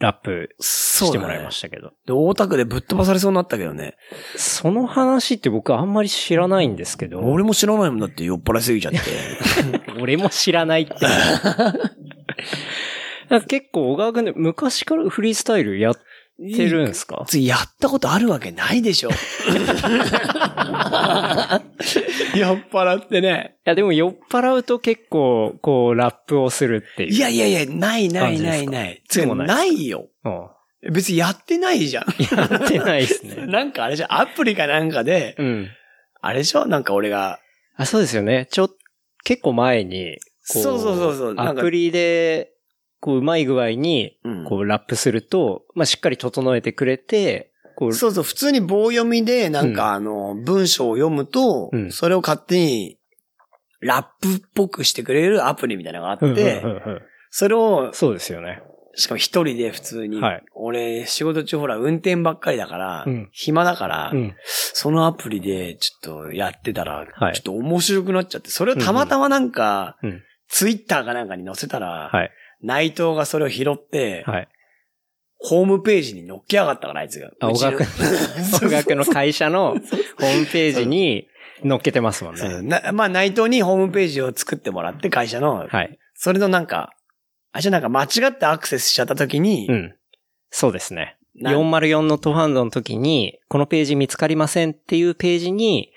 ラップう。そしてもらいましたけど。た。で、大田区でぶっ飛ばされそうになったけどね。そ,、の話って僕あんまり知らないんですけど。俺も知らないもんだって酔っ払いすぎちゃって。 俺も知ら ないって。なんか結構小川くんで昔からフリースタイルや ってるんですかついやったことあるわけないで しょ。酔っ払ってね。いやでも酔っ払うと結構こうラップをするっていう。いやいやいや、ないないな感いじですかない。つそううもないないよ。うん。別にやってないじゃん。やってないです ね。なんかあれじゃん、アプリかなんかで、うん。あれでしょなんか俺が、あ、そうですよね。ちょ、結構前に、こそうそうそうそうなアんかプリで、こう、うまい具合に、うんこう、ラップすると、まあ、しっかり整えてくれて、こう、そうそう、普通に棒読みで、なんかあの、文章を読むと、うんそれを勝手に、ラップっぽくしてくれるアプリみたいなのがあうんうんっうんうんて、それを、そうですよね。しかも一人で普通に、はい俺、仕事中ほら、運転ばっかりだから、うん暇だから、うん。そのアプリでちょっとやってたら、はいちょっと面白くなっちゃって、それをたまたまなんか、うん。ツイッターかなんかに載せたら、はい。内藤がそれを拾って、はい。ホームページに載っけやがったから、あいつが。あ、う小ちの川くん、 小川くんの会社のホームページに載っけてますもんね。そうなまあ、内藤にホームページを作ってもらって、会社の、はい。それのなんか、あ、じゃあなんか間違ってアクセスしちゃった時にう、ん。そうですね。なうん、 404のトファンドの時に、このページ見つかりませんっていうページに、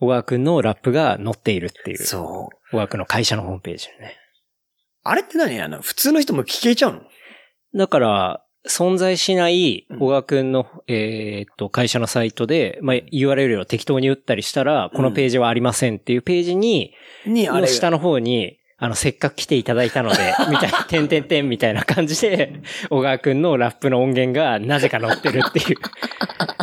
小川くんのラップが載っているっていう。そう。小川くんの会社のホームページにね。あれって何あの、普通の人も聞けちゃうのだから、存在しないうん小川くんの、えーっと、会社のサイトで、まあ、URL を適当に打ったりしたら、このページはありませんっていうページに、に、あのれ、下の方に、あの、せっかく来ていただいたので、 みたいな、てんてんてんみたいな感じで、小川くんのラップの音源がなぜか載ってるって いう。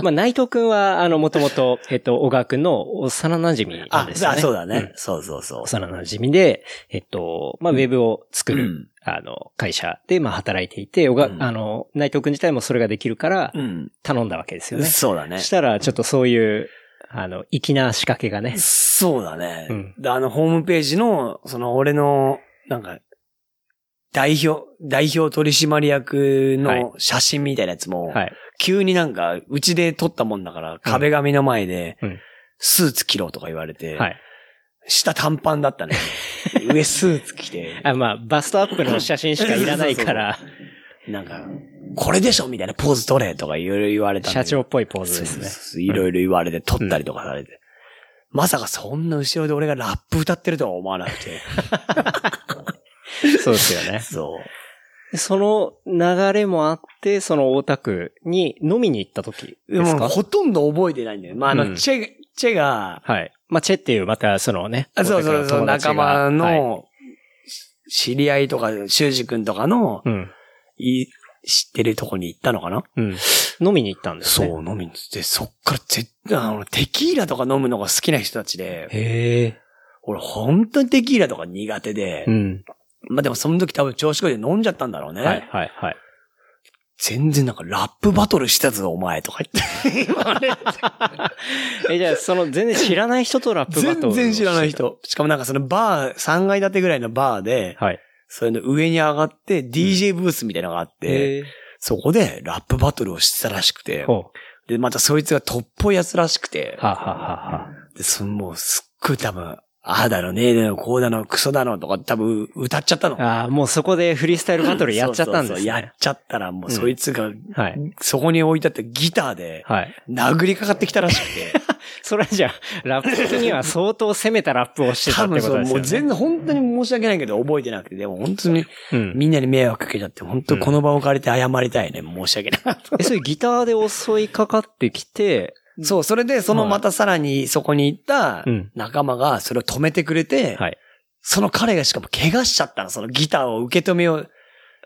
まあ、内藤くんは、あの、もともと、えっと、小川くんの幼馴染なあん、ですよあね。そうだね。んそうそうそう。幼馴染で、えっと、まあ、ウェブを作るうんあの、会社で、まあ、働いていて、おが、うんあの、内藤くん自体もそれができるからう、ん。頼んだわけですよね。そうだねし。たら、ちょっとそういう、あの、粋な仕掛けがね。そうだね。うんであの、ホームページの、その、俺の、なんか、代表、代表取締役はいの写真みたいなやつも、はい。急になんか、うちで撮ったもんだから、壁紙の前でうん、スーツ着ろとか言われて、はい。下短パンだったね。 上スーツ着て、あ、まあ、バストアップの写真しかいらないから、なんか、これでしょみたいなポーズ取れとかいろいろ言われたんだ社けど。長っぽいポーズですそうね。そうそういろいろ言われて、撮ったりとかされて。まさかそんな後ろで俺がラップ歌ってるとは思わなく て。そうですよね。そう。でその流れもあって、その大田区に飲みに行った時でですも、かほとんど覚えてないんだよ。まあ、あうんの、チェ、チェが、はい。まあ、チェっていう、また、そのね。あそうそ大田う区そう、友達が仲間はいの、知り合いとか、修二君とかの、うん。い知ってるとこに行ったのかなうん。飲みに行ったんですそうね。、飲みに行って、そっから絶対、あの、テキーラとか飲むのが好きな人たちで、へえ。俺本当にテキーラとか苦手でう、ん。まあでもその時多分調子こいて飲んじゃったんだろうね。はい、はい、はい。全然なんかラップバトルしたぞ、お前とか言って。今ねえ、じゃあ、その、全然知らない人とラップバトルを全然知らないし人。しかもなんかそのバー、3階建てぐらいのバーでて。、はい。それの上に上がって DJ ブースみたいなのがあって、えそこでラップバトルをしてたらしくて、ほで、またそいつがトップやつらしくてう。、はあ、はあはあはで、そのもうすっごい多分、ああだろねえだろ、こうだろ、クソだろとか多分歌っちゃったの。あ。ああ、もうそこでフリースタイルバトルやっちゃったんですね。そうそうそうやっちゃったらもううんそいつが、はい。そこに置いてあったギターではい。殴りかかってきたらしく、それじゃあ、ラップ的には相当攻めたラップをしててた多ってこ分とですそよね。う、もう全然本当に申し訳ないけど覚えてなくて、でも本当にうん。みんなに迷惑かけちゃって、本当この場を借りて謝りたいね、申し訳ない。え、それギターで襲いかかってきて、そう、それで、そのはいまたさらにそこに行ったうん仲間がそれを止めてくれて、はい。その彼がしかも怪我しちゃったの、そのギターを受け止めよう。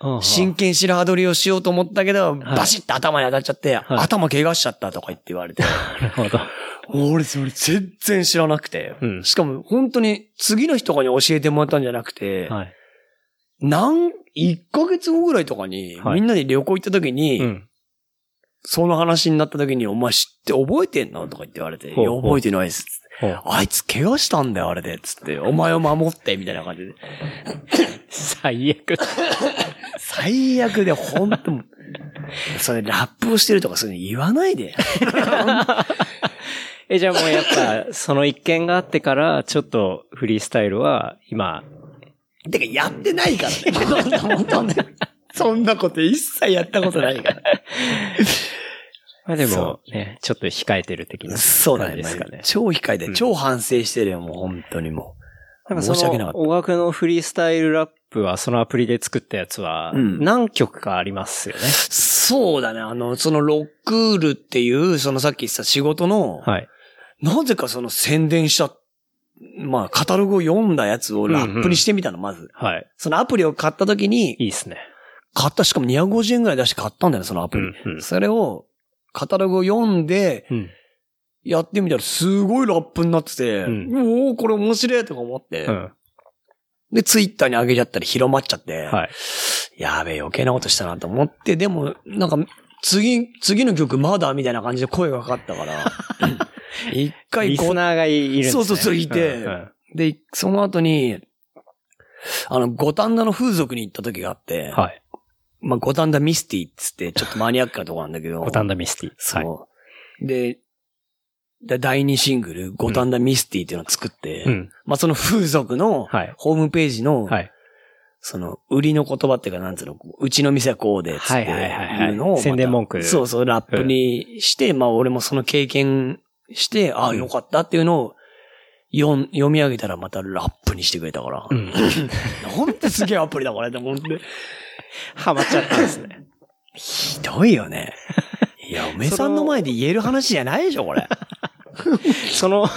うんうん真剣白羽取りをしようと思ったけど、はいバシッと頭に当たっちゃって、い頭怪我しちゃったとか言って言わ れて。なるほど。俺、それ全然知らなくて。うんしかも、本当に次の日とかに教えてもらったんじゃなくて、はい。なん、1ヶ月後ぐらいとかに、はいみんなで旅行行った時に、うん。その話になった時に、お前知って覚えてんのとか言って言われて、いほうや、覚えてないです。ほうあいつ怪我したんだよ、あれで。つって、お前を守って、みたいな感じで。最悪。最悪で、ほんと、 それラップをしてるとか、そういうの言わないで。え、じゃあもうやっぱ、その一件があってから、ちょっとフリースタイルは、今、てか、やって ないからね。そんなもんとね。そんなこと一切やったことないから。まあでもね、ちょっと控えてる的な。そうだね。ですかね超控えてう、ん超反省してるよ、もう本当にもう。そ申し訳なかの、った。小川君のフリースタイルラップは、そのアプリで作ったやつは、うん何曲かありますよね。そうだね。あの、そのロックールっていう、そのさっき言ってた仕事の、はい。なぜかその宣伝した、まあ、カタログを読んだやつをラップにしてみたの、まず。はい。そのアプリを買った時に、いいっすね。買った、しかも250円ぐらい出して買ったんだよね、そのアプリ。うんうんそれを、カタログを読んで、うん。やってみたらすごいラップになってて、うんおおこれ面白いとか思って、うん。で、ツイッターに上げちゃったり広まっちゃって、はい。やべえ、余計なことしたなと思って、でも、なんか、次、次の曲まだみたいな感じで声がかかっ たから、一回リこスう、ナーがいるんですね。そうそうそういてうんうんで、その後に、あの、五反田の風俗に行った時があって、はい。まあ、五反田ミスティっつって、ちょっとマニアックなとこなんだけど、五反田ミスティ。そう。はで、だ第2シングル、五反田ミスティっていうのを作って、い。うん。まあ、その風俗の、はい。ホームページの、はい。その、売りの言葉っていうか、なんつうの、こううちの店はこうで、つって、はいはいはいはいうのをまた宣伝文句そうそう、ラップにして、まあ俺もその経験して、ああ、よかったっていうのを、読ん読み上げたらまたラップにしてくれたから。うん。なんてすげえアプリだ、これ。ほ んとに。ハマっちゃったんです ね。ひどいよね。いや、おめさんの前で言える話じゃないでしょ、これ。その、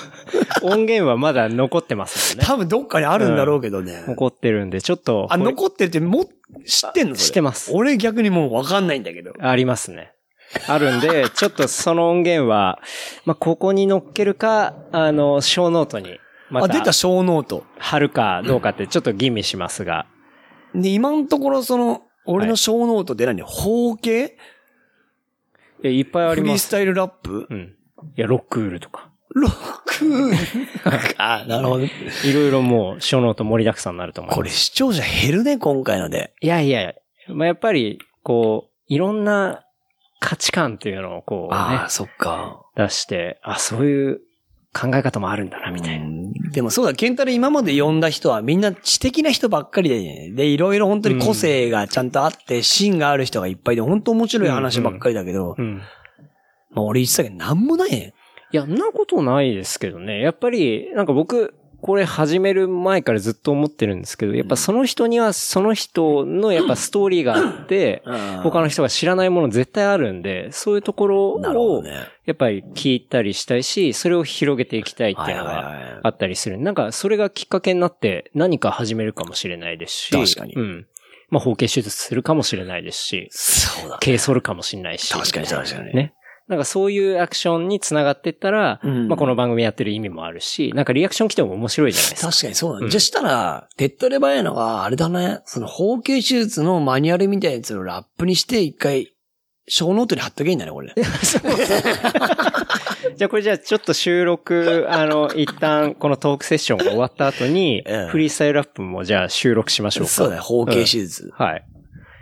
音源はまだ残ってますもんね。多分どっかにあるんだろうけどね。残ってるんで、ちょっと。あ、これ残ってるって、もう、知ってんのそれ知ってます俺逆にもうわかんないんだけど。ありますね。あるんで、ちょっとその音源は、まあ、ここに乗っけるか、あの、小ノートに、まあ、出たた、小ノート。貼るかどうかってちょっと吟味しますが、で、今のところその、俺の小ノートで何、方形いやいっぱいあフりリーまスす。タイルラップうん。いや、ロックールとか。ロック あ、なるほど。いろいろもう、小ノート盛りだくさんになると思います。これ視聴者減るね、今回ので。いやいや、まあ、やっぱり、こう、いろんな価値観っていうのをこうね、そっか。出して、あ、そういう考え方もあるんだな、みたいな。でもそうだ、ケンタル今まで呼んだ人はみんな知的な人ばっかりで、ね、で、いろいろ本当に個性がちゃんとあって、芯がある人がいっぱいで、本当面白い話ばっかりだけど、うん。まあ俺言ってたけど、なんもないね。いや、んなことないですけどね。やっぱり、なんか僕、これ始める前からずっと思ってるんですけど、やっぱその人にはその人のやっぱストーリーがあって、他の人が知らないもの絶対あるんで、そういうところなるほどを、ね。やっぱり聞いたりしたいし、それを広げていきたいっていうのはいがはいはいあったりする。なんか、それがきっかけになって何か始めるかもしれないですし、確かにうん。まあ、包茎手術するかもしれないですし、そうだ。経剃るかもしれないし。確かに確かに。ね。なんかそういうアクションにつながってったら、うんまあこの番組やってる意味もあるし、なんかリアクション来ても面白いじゃないですか。確かにそうだ、ねうんじゃあしたら、手っ取り早いのが、あれだね、その包茎手術のマニュアルみたいなやつをラップにして、一回、小ノートに貼っとけばいいんだね、これ。じゃあこれじゃあちょっと収 録、あの、一旦このトークセッションが終わった後にええ、フリースタイルアップもじゃあ収録しましょうか。そうだね、包茎手術。はい。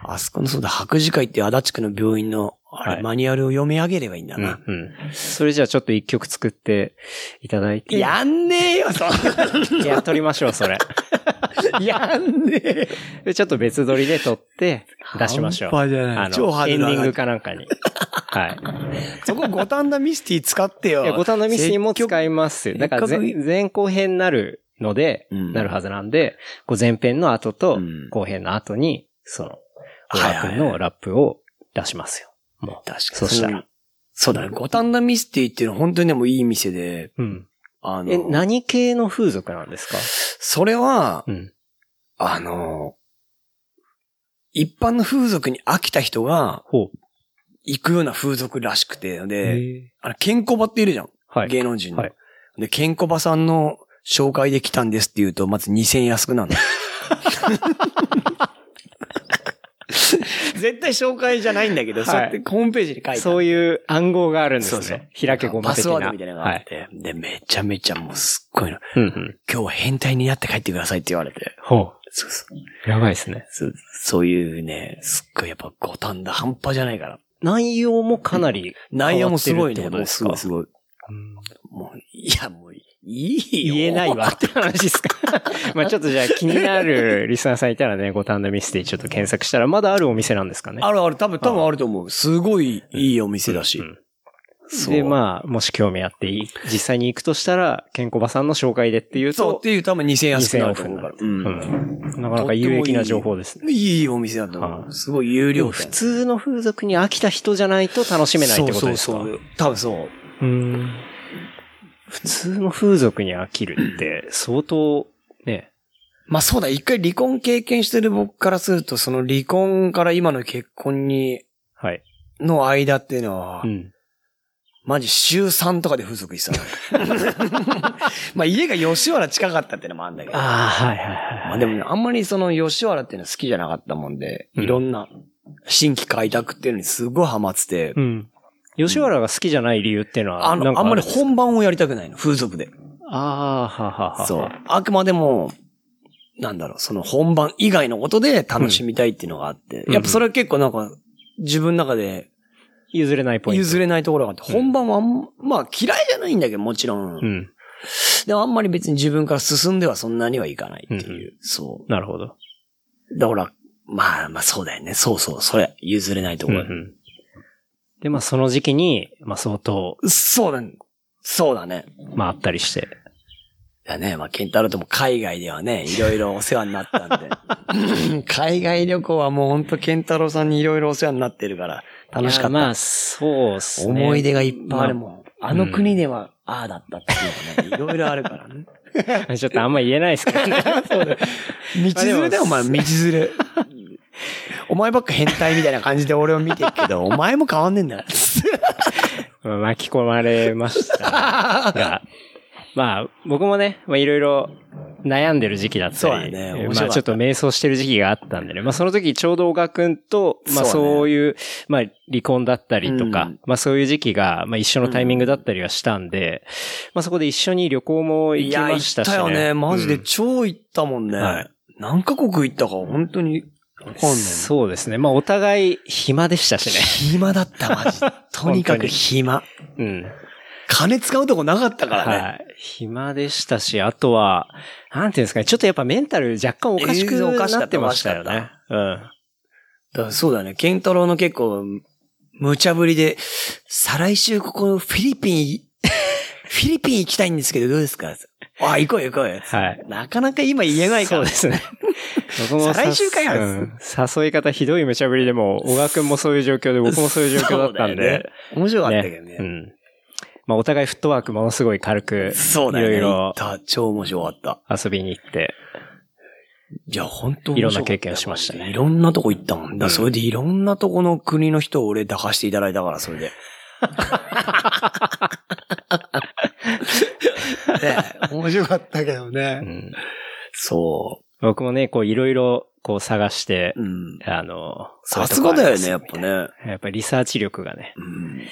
あそこの、そうだ、白磁会っていう足立区の病院の、あれ、はいマニュアルを読み上げればいいんだうん、うな。ん。それじゃあちょっと一曲作っていただいて。やんねえよ、そんいや、撮りましょう、そ れ。な。やんねえ。で、ちょっと別撮りで撮って、出しましょう。半端じゃないあ超の、派エ手ンデだなィングかなんかに。 はい。そこ、五反田ミスティ使ってよ。いや、五反田ミスにも積極使いますよ。だからせっ前かく前後編になるので、うんなるはずなんで、こう前編の後とうん後編の後に、その、小は川いはいはい君のラップを出しますよ。もう。確かに。そしたら。そうだね、五反田ミスティっていうのは本当にでもいい店で、うん。あの、え、何系の風俗なんですかそれは、うん。あの、一般の風俗に飽きた人がほう。行くような風俗らしくて、で、えあの、ケンコバっているじゃん。ーはい。芸能人の。はいで、ケンコバさんの紹介で来たんですって言うと、まず2000円安 くなるの。絶対紹介じゃないんだけど、はいそうやってホームページに書いてそういう暗号があるんですね。そう開けごまパ的スな。ワードみたいなのがはあっい。て、で、めちゃめちゃもうすっごいの。うんうん。今日は変態になって帰ってくださいって言われて。ほそうそうう。やばいですね。そうそういうね、すっごいやっぱ五反田半端じゃないから。内容もかなり内容もすごい変わってね。もるうってすことごいですすごい。かうんもう、いや、もう、いいよ。言えないわって話です か。まあちょっとじゃあ気になるリスナーさんいたらね、五反田ミステリーちょっと検索したらまだあるお店なんですかね。あるある、多分、多分あると思う。すごいいいお店だし。うんそうで、まあ、もし興味あっていい、実際に行くとしたら、ケンコバさんの紹介でっていうそうっと、ていう多分2000円安くなると思うから。 2000うんうんなかなか有益な情報ですね。いいお店だと思はう。いすごい有で料も普通の風俗に飽きた人じゃないと楽しめないってことですかそうそうそう。多分そうう。ん普通の風俗に飽きるって、相当、ね。まあそうだ、一回離婚経験してる僕からすると、その離婚から今の結婚に、はい。の間っていうのは、うん。マジ週3とかで風俗行 ってたの。まあ家が吉原近かったってのもあるんだけど。ああ、はいはいはい。まあでもね、あんまりその吉原っていうの好きじゃなかったもんで、うんいろんな新規開拓っていうのにすごいハマってて、うん。吉原が好きじゃない理由っていうのは、なあんの、かあんまりるです本番をやりたくないの、風俗で。ああ、はははは。そう。あくまでも、なんだろう、その本番以外のことで楽しみたいっていうのがあって、うんやっぱそれは結構なんか、自分の中で譲れないポイント。譲れないところがあって、うん本番はあん、まあ嫌いじゃないんだけど、もちろうん。ん。でもあんまり別に自分から進んではそんなにはいかないっていう。そなるほど。う。だから、まあまあそうだよね。そうそう、それ、譲れないところ。ん。で、まあその時期に、まあ相当、そうだね。そうだね。まああったりして。だね。まあ、ケンタロウとも海外ではね、いろいろお世話になったんで。 海外旅行はもうほんとケンタロウさんにいろいろお世話になってるから、楽しかった。いやまあそうっすね。思い出がいっぱいあるもん。あ、の国うんでは、ああだったっていうのがね、いろいろあるからね。まあ ちょっとあんま言えないですけどね。道連れだよ、お前、道連れ。 お前ばっか変態みたいな感じで俺を見てるけど、 お前も変わんねえんだよ。 まあ巻き込まれました が。まあ僕もね、まあいろいろ悩んでる時期だったり。そうだね面白まかったあちょっと迷走してる時期があったんでね。まあその時ちょうど小川くんと、まあそうだねそういう、まあ離婚だったりとか、うんまあそういう時期が、まあ一緒のタイミングだったりはしたんで、まあそこで一緒に旅行も行いきや、ま行しったし、ね。たよね。マジうでん超行ったもんね。はい何カ国行ったか、本当に、わかんない。そうですね。まあ、お互い暇でしたし 暇だった、マジ で。とにかく暇。ね。うん。金使うとこなかったからね。はい。暇でしたし、あとは、なんていうんですかね、ちょっとやっぱメンタル若干おかしくえーおかしかなったってましたよおかしねか。うん。だからそうだね。ケンタロウの結構、無茶ぶりで、再来週ここフィリピン、 フィリピン行きたいんですけどどうですか あ、行こうよ行こうよ。はい。なかなか今言えないかそうら で。すね。僕もさ再来週かようん誘い方ひどい無茶ぶりでも、小川くんもそういう状況で、僕もそういう状況だったんそうだよでね。面白かったけどね。うん。まあ、お互いフットワークものすごい軽く、そうだよね。いろいろ行った。超面白かった。遊びに行って。いや、本当いろんな経験をしましたねいろんなとこ行ったもんだ。うんそれでいろんなとこの国の人を俺抱かしていただいたから、それで。 ね面白かったけどねうん。そ僕もね、こういろいろ、こう探してう。、うん。あの、さすがだよね、ややっぱね。っぱりリサーチ力がね、うん。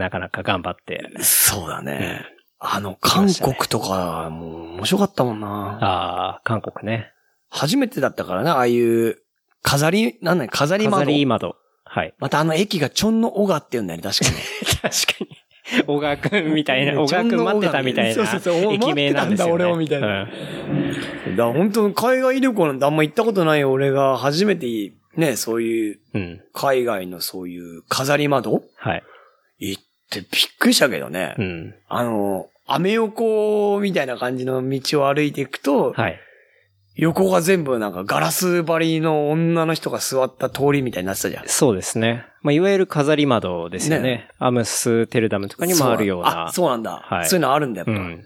なかなか頑張って。そうだね。あの、韓国とか、もう面白かったもんな。ああ、韓国ね。初めてだったからな、ああいう、飾り、なんだよ飾り飾窓。り窓。はい。またあの駅がチョンのオガって言うんだよね、 確かに。確かに。小川くんみたいな、ね小川くん待ってたみたいそうそうそうな、駅名なんですよ、ね。待ってたんだ俺をみたいうなん だから本当に海外旅行なんてあんま行ったことない俺が初めて、ね、そういう、うん。海外のそういう飾り窓はい。行ってびっくりしたけどね。うん。あの、アメ横みたいな感じの道を歩いていくと、はい。横が全部なんかガラス張りの女の人が座った通りみたいになってたじゃん。そうですね。まあ、いわゆる飾り窓ですよね。ねアムステルダムとかにもあるような。あ、そうなんだ。はいそういうのあるんだよ。うやっぱん。い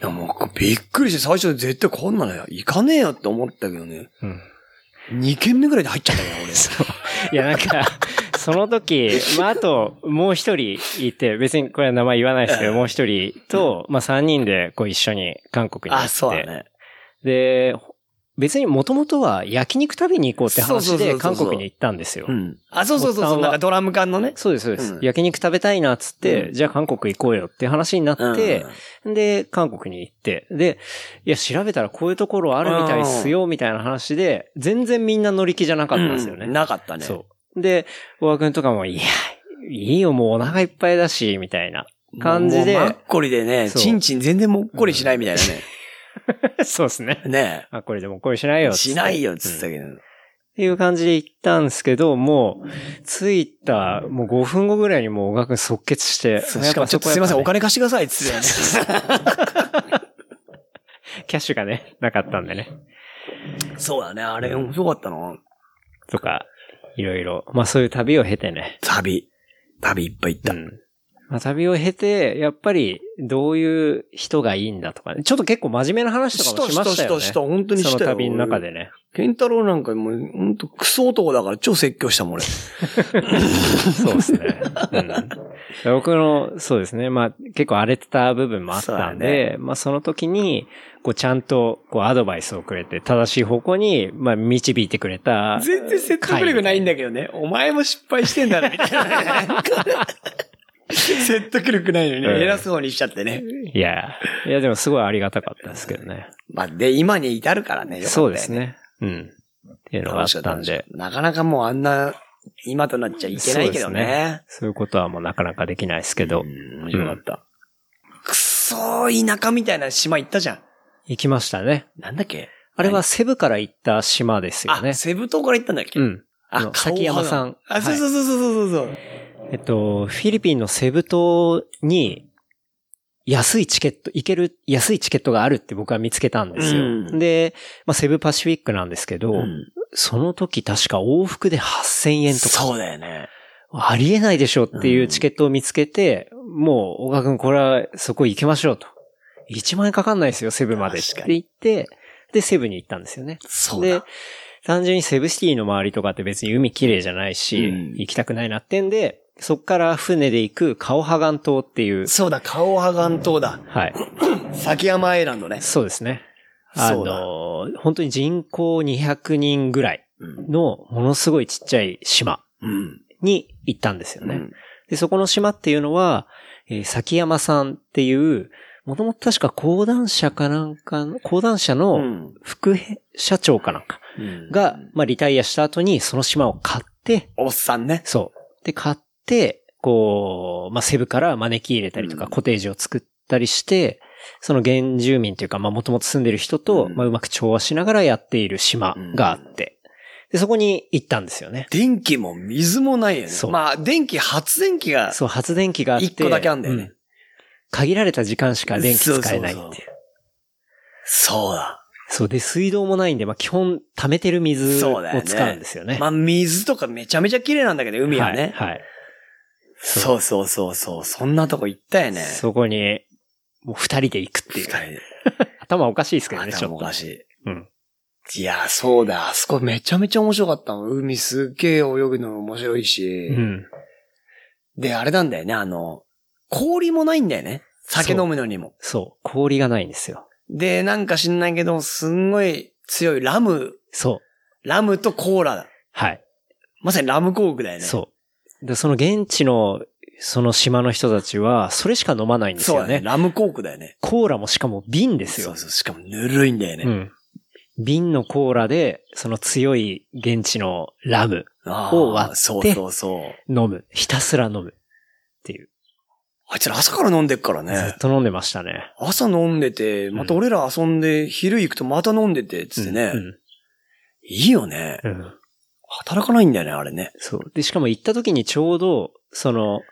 やもうびっくりして最初絶対こんなの行かねえよって思ったけどね。うん。 2軒目ぐらいで入っちゃったよ、 俺。いや、なん か、その時、まあ、あと、もう一人いて、別にこれは名前言わないですけど、もう一人と、まあ、三人で、こう一緒に韓国に行って。あ、そうだね。で、別にもともとは焼肉食べに行こうってそう話そうそうでそうそ韓う国に行ったんですよう。ん。あ、そうそうそうボタンそう、はなんかドラム缶のね。そうです、そうですう。ん焼肉食べたいなっつって、うんじゃあ韓国行こうよって話になうんって、で、韓国に行って、で、いや、調べたらこういうところあるみたいっすよ、みたいな話で、全然みんな乗り気じゃなかったんですよね。うんなかったね。そう。で、小川くんとかも、いや、いいよ、もうお腹いっぱいだし、みたいな 感じでもう。もうマッコリでね、そうチンチン全然もっこりしないみたいなね。そうですね。ねあ、これでもこれしないよえ。っつって。しないよ、つってたけど。っていう感じで行ったんですけど、もう、着いた、もう5分後ぐらいにもう小川くん即決して。そうやしっかもぱちそょっことはすいやまぱせん、おね金貸してください、っつってたよね。キャッシュがね、なかったんでね。そうだね、あれ面白かったな。とか、いろいろ。まあそういう旅を経てね。旅。旅いっぱい行った。うん。まあ、旅を経て、やっぱり、どういう人がいいんだとかね。ちょっと結構真面目な話とかもしましたよね。した、本当にしたそよの。旅の中でね。ケンタロウなんかもう、ほんとクソ男だから超説教したもん、俺。そうですね。うん、僕の、そうですね。まあ、結構荒れてた部分もあったんそうで、まあ、その時に、こう、ちゃんと、こう、アドバイスをくれて、正しい方向に、まあ、導いてくれた。 全然説得力ないんだけどね。お前も失敗してんだろ、みたいなね。 説得力ないのに、うん偉そうにしちゃってね。いや、いや、でもすごいありがたかったですけどね。まあ、で、今に至るからね。よかったそようです。ね。うん。っていうのがあ楽しかっったたんんでで。。なかなかもうあんな、今となっちゃいけないけどね。そういうことはもうなかなかできないですけど。うん面白かった。くそー田舎みたいな島行ったじゃん。行きましたね。なんだっけあれはセブから行った島ですよあ、ね。セブ島から行ったんだっけうん。ああの、崎山さん。あ、そうそうそうそうそうそう。えっと、フィリピンのセブ島に、安いチケット、行ける、安いチケットがあるって僕は見つけたんですよ。うんで、まあ、セブパシフィックなんですけど、うんその時確か往復で8000円とか、そうだよね。ありえないでしょっていうチケットを見つけて、もう、小川くんこれはそこ行きましょうと。1万円かかんないですよ、セブまでっ確てか言って、で、セブに行ったんですよね。そうでだ。、単純にセブシティの周りとかって別に海綺麗じゃないし、うん行きたくないなってんで、そっから船で行くカオハガン島っていう、そうだ、カオハガン島だ。はい。崎山アイランドね。そうですね。あそうだの、本当に人口200人ぐらいうん。のものすごいちっちゃい島うん。に行ったんですよね。で、そこの島っていうのは、えー崎山さんっていう、もともと確か講談社かなんかの、講談社うのん。副社長かなんかうんが、まあ、リタイアした後にその島を買って、おっさんね。そう。で、買って、こう、まあ、セブから招き入れたりとうか、んコテージを作ったりして、その原住民というか、まあ、もともと住んでる人と、うんまあ、うまく調和しながらやっている島があって、で、そこに行ったんですよね。電気も水もないよね。そうまあ、電気、発電機が、そう、発電機があって。一個だけあんだよねう限られた時間しか電気使えないっていう。そそううそうそうだ。で、水道もないんで、まあ、基本、溜めてる水そをうだよね使うんですよね。まあ、水とかめちゃめちゃ綺麗なんだけど、海はね。はい。はいそうそうそうそう。そんなとこ行ったよね。そこに、もう二人で行くってい二う人。で。頭おかしいですけどね、ちょっ頭と。おかしい。うん。いや、そうだ。あそこめちゃめちゃ面白かったの。海すっげえ泳ぐの面白いし。うん。で、あれなんだよね。あの、氷もないんだよね。酒飲むのにも。そう。氷がないんですよ。で、なんか知んないけど、すんごい強いラム、そう。ラムとコーラだ。はい。まさにラムコークだよね。そう。で、その現地の、その島の人たちは、それしか飲まないんですそうよだね。ね。ラムコークだよね。コーラもしかも瓶ですそよう。そう。しかもぬるいんだよね。うん。瓶のコーラで、その強い現地のラムあを割っあ、てそうそうそう。飲む。ひたすら飲む。っていう。あいつら朝から飲んでっからずねっ。と飲んでましたね。朝飲んでて、また俺ら遊んで、昼行くとまた飲んでて、つってね。うんいいよね。うん。うん。働かないんだよね、あれね。そう。で、しかも行った時にちょうど、そ の、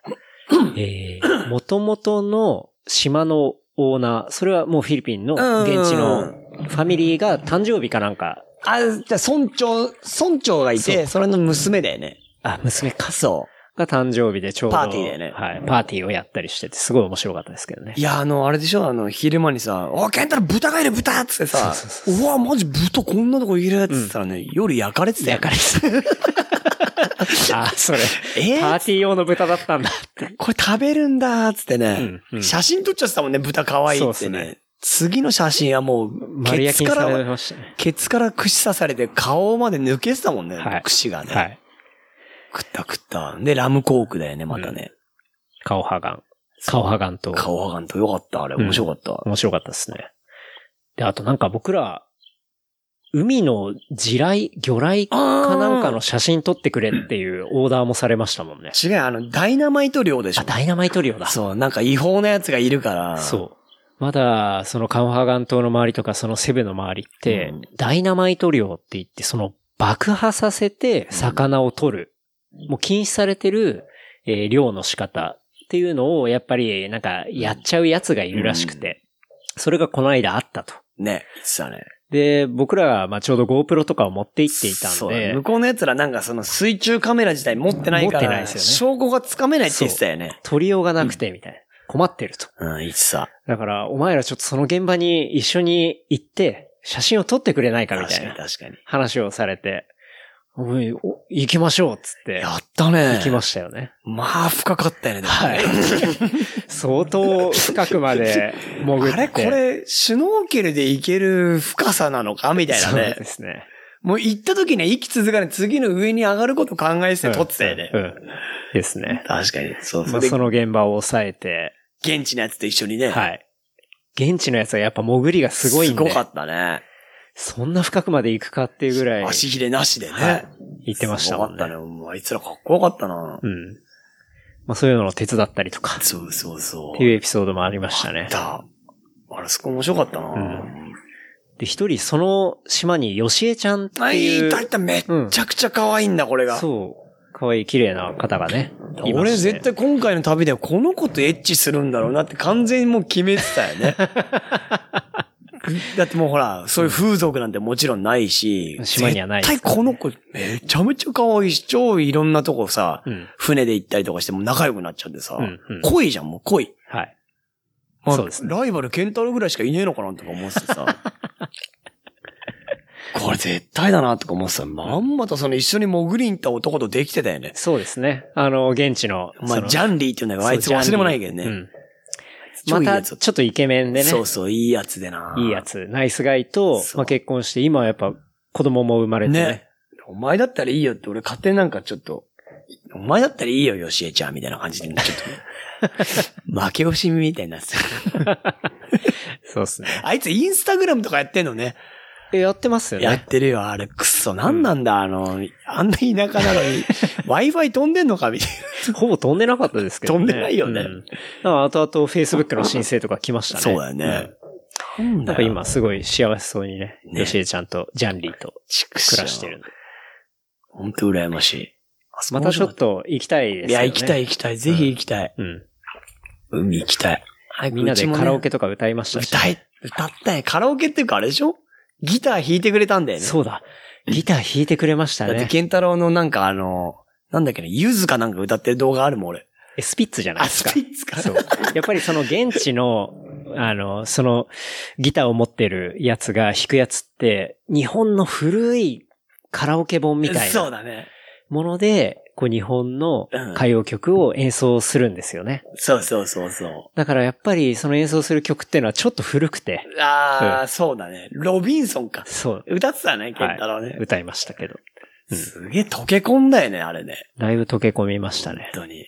えー、元々の島のオーナー、それはもうフィリピンの現地うのん。ファミリーが誕生日かなんか、あ、じゃあ村長、村長がいて、それの娘だよね。あ、娘か。そが誕生日でちょうど。パーティーだよねはい。パーティーをやったりしてて、すごい面白かったですけどねい。や、あの、あれでしょあの、昼間にさ、おケンタロウ豚がいる豚っつってさ、うわ、マジ豚こんなとこいるっつってたらね、夜焼かれてたよ。焼かれてた。 あ、それ。えパーーティー用の豚だったんだって。これ食べるんだっつってね、うんうん写真撮っちゃってたもんね、豚可愛いそうっっすてねね。次の写真はもう、丸ケ焼ツきにかされら、ましたね。ケツから串刺されて顔まで抜けてたもんね、はい串がね、はい。食った食った。で、ラムコークだよね、またね。顔ハガン。顔ハガンと。顔はがんとよかった、あれ。うん面白かった。面白かったですね。で、あとなんか僕ら、海の地雷、魚雷かあーなんかの写真撮ってくれっていうオーダーもされましたもんね。違う、あの、ダイナマイト量でしあ、ょ。ダイナマイト量だ。そう、なんか違法なやつがいるから。そう。まだ、そのカンファガン島の周りとか、そのセブの周りって、うんダイナマイト漁って言って、その爆破させて魚を取る。もう禁止されてる、えー漁の仕方っていうのを、やっぱり、なんか、やっちゃうやつがいるらしくて、それがこの間あったと。う。ね、言ってたね。で、僕らが、まあ、ちょうど GoPro とかを持って行っていたそんうだねで向、こうの奴らなんかその水中カメラ自体持ってない持から。ってないですよね証拠がつかめないって言ってたよね。取りようがなくて、みたいな。困ってると。うん、言ってた。だから、お前らちょっとその現場に一緒に行って、写真を撮ってくれないかみ確たいかにな。確かに。話をされて、おい、お行きましょうっつって、やったね。行きましたよね。まあ、深かったよね。でもはい。 相当深くまで潜って。 あれこれ、シュノーケルで行ける深さなのかみたいなそうねで。すね。もう行った時ね、息続かない次の上に上がること考えて撮ってたよねう。ん。うんですね。確かに。そうまそう。あ、でその現場を抑えて、現地のやつと一緒にね。はい。現地のやつはやっぱ潜りがすごいんすごで、かったね。そんな深くまで行くかっていうぐらい足ひれなしでね。はい行ってましたもんすごね。かったね。もうあいつらかっこよかったな。うん。まあそういうのを手伝ったりとか、そうそうそう。っていうエピソードもありましたね。だ。あれ、そこ面白かったな。んで、一人その島によしえちゃんってあ、いいいうた、いた、めっちゃくちゃ可愛いんだ、これが。そう。可愛い綺麗な方がね。いま俺して絶。対今回の旅ではこの子とエッチするんだろうなって完全にもう決めてたよ ね。だってもうほら、そういう風俗なんてもちろんないし、島にはない絶対この子めちゃめちゃ可愛いし、超いろんなとこさ、うん。船で行ったりとかしても仲良くなっちゃってさ、うんうん恋じゃん、もう恋。はい。まあそうですねライバルケンタロウぐらいしかいねえのかなとか思ってて さ。これ絶対だなとか思ってた。まんまとその一緒に潜りに行った男とできてたよね。そうですね。あの、現地の。まあ、ジャンリーっていうのがあいつそう忘れもないけどね。ジャンリーう超ん。いいまた、やつだちょっとイケメンでね。そうそう、いいやつでな。いいやつ。ナイスガイと、そうまあ結婚して、今はやっぱ子供も生まれてね。ね。お前だったらいいよって、俺勝手になんかちょっと、お前だったらいいよ、よしえちゃん、みたいな感じで、ちょっ と、負け惜しみみたいになってた。そうですね。 あいつインスタグラムとかやってんのね。えやってますよやね。ってるよ、あれ。くっそ、なんなんだ、あの、あんな田舎なの に、Wi-Fi 飛んでんのか、みたいほぼ飛んでなかったですけどね。飛んでないよねうんだから後々 Facebook の申請とか来ましたな。ね。そうだよね。うん。なんか今すごい幸せそうにね、ねよしえちゃんとジャンリーとちく暮らしてるんで。ほんと羨ましい。またちょっと行きたいですよね。いや、行きたい。い行きたい。ぜひ行きたい。うん。海行きたい。はい、みんなでカラオケケとか歌いましたし。歌い、歌ったい。カラオケっていうかあれでしょギター弾いてくれたんだよね。そうだ。ギター弾いてくれましただって、ね。ケンタロウのなんかあの、なんだっけね、ゆずかなんか歌ってる動画あるもん、俺。えスピッツじゃないあ、ですスかピ。ッツか。そう。やっぱりその現地の、あの、そのギターを持ってるやつが弾くやつって、日本の古いカラオケ本みたい そうなだね。もので、こう日本の歌謡曲を演奏するんですよね。そうそうそうそだからやっぱりその演奏する曲っていうのはちょっと古くて、う。ああ、うそうだね。ロビンソンか。そう、歌ってたね、ケンタロウね。歌いましたけど。うんすげえ溶け込んだよね、あれね。だいぶ溶け込みましたね。本当に。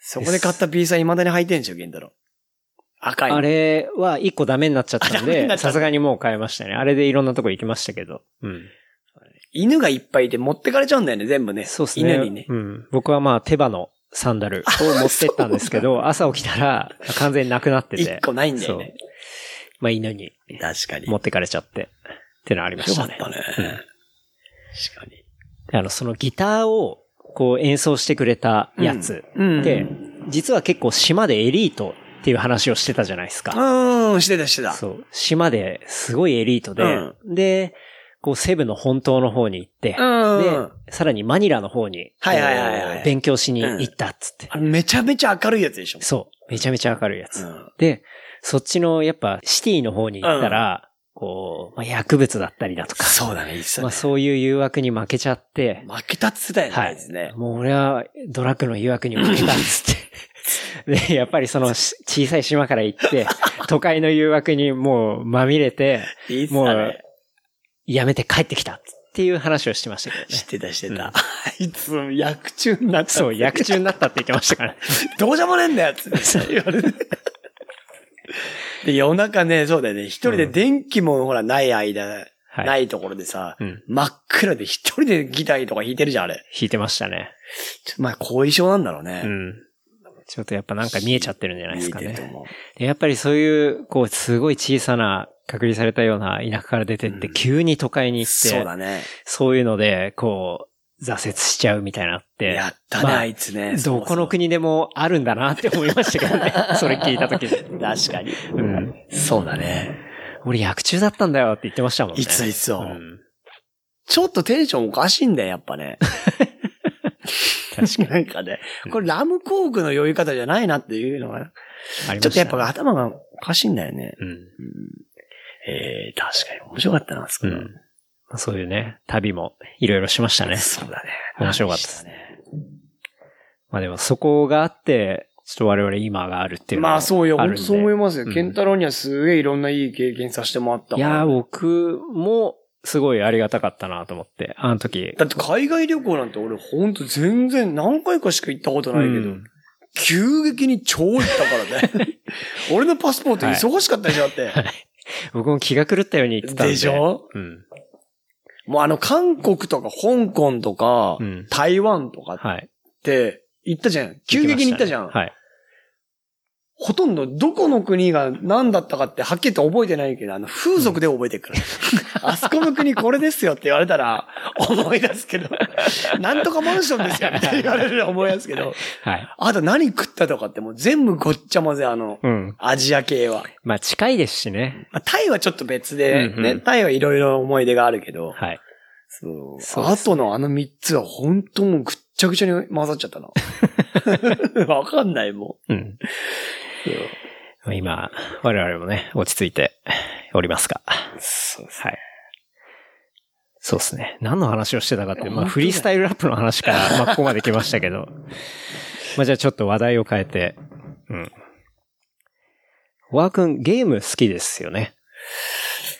そこで買った B さん未だに履いてんでしょ、ケンタロウ。赤いの。あれは一個ダメになっちゃったん あダメで、になっちゃったさすがにもう変えましたね。あれでいろんなとこ行きましたけど。うん。犬がいっぱいいて持ってかれちゃうんだよね、全部ね。そうですね。犬にね。うん。僕はまあ手羽のサンダルを持ってったんですけど、朝起きたら完全になくなってて。一個ないんだよねそう。まあ犬に確かに。持ってかれちゃって。ってのありまよしかったたねね。。確かに。であの、そのギターをこう演奏してくれたやつうんで、実は結構島でエリートっていう話をしてたじゃないですか。うーん、してたしてた。そう。島ですごいエリートで、うで、こうセブの本島の方に行って、うん。で、さらにマニラの方に、はいはいはいはいこう勉強しに行ったっつって。あれめちゃめちゃ明るいやつでしょ。そう。めちゃめちゃ明るいやつ。ん。で、そっちの、やっぱ、シティの方に行ったら、こう、まあ、薬物だったりだとか、そうだね、一切まあ、。そういう誘惑に負けちゃって、負けたっつってたよはいね、ですね。もう俺はドラッグの誘惑に負けたっつっ て。で、やっぱりそのし小さい島から行って、都会の誘惑にもうまみれて、いいっすもかうね。、やめて帰ってきたっていう話をしてましたけどね 知っ。てた、してた。あいつ、薬中になった。そう、薬中になったって言ってましたからね。どうじゃもねえんだよ、つって言われて。で、夜中ね、そうだよね。一人で電気もほら、ない間、はい。ないところでさ、うん。真っ暗で一人でギターとか弾いてるじゃん、あれ。弾いてましたね。ちょっとまあ、後遺症なんだろうね。うん。ちょっとやっぱなんか見えちゃってるんじゃないです見えかてるとね。思う。でやっぱりそういう、こう、すごい小さな、隔離されたような田舎から出てって、うん急に都会に行って、そうだね。そういうので、こう、挫折しちゃうみたいなのって、やったね、まああいつね。どこの国でもあるんだなって思いましたけど ね。それ聞いた時に。そうそう確かに。うん。そうだね。俺薬中だったんだよって言ってましたもんね。いついつうを。ん。ちょっとテンションおかしいんだよ、やっぱね。確かに。なんかね、これラムコークの酔い方じゃないなっていうのが、ありまちょしっとたやっねぱ頭がおかしいんだよね。うん。ええ確かに面白かったな、そこうん。まあそういうね、旅もいろいろしましたね。そうだね。面白かったですね。まあでもそこがあって、ちょっと我々今があるっていうのまあそうよ、あるん本で当そう思いますうよ。んケンタロウにはすげえいろんないい経験させてもらったいからやー、僕もすごいありがたかったなと思って、あの時。だって海外旅行なんて俺ほんと全然何回かしか行ったことないけど、うん急激に超行ったから ね。俺のパスポート忙しかったでしょ、だって。僕も気が狂ったように言ってたんで。でしょうん。もうあの、韓国とか香港とか、うん。台湾とかっはい。て行ったじゃん。急激に行ったじゃん。はい。ほとんどどこの国が何だったかってはっきりと覚えてないけど、あの、風俗で覚えてるから。あそこの国これですよって言われたら思い出す けど、なんとかマンションですよみたいに言われるの思い出すけど、はい。あと何食ったとかってもう全部ごっちゃ混ぜ、あの、うん。アジア系は。まあ近いですしね。まあ、タイはちょっと別で、ね、うんうんタイはいろいろ思い出があるけど、はい。そう。そうであすとのあの三つは本当もうぐっちゃぐちゃに混ざっち ゃったな。わかんないもうん。ん。今、我々もね、落ち着いておりますが。そうですはい。そうですね。何の話をしてたかって、本当まだあよフリースタイルラップの話から、まあここまで来ましたけ ど。まあじゃあちょっと話題を変えて。うん。ワー君、ゲーム好きですよね。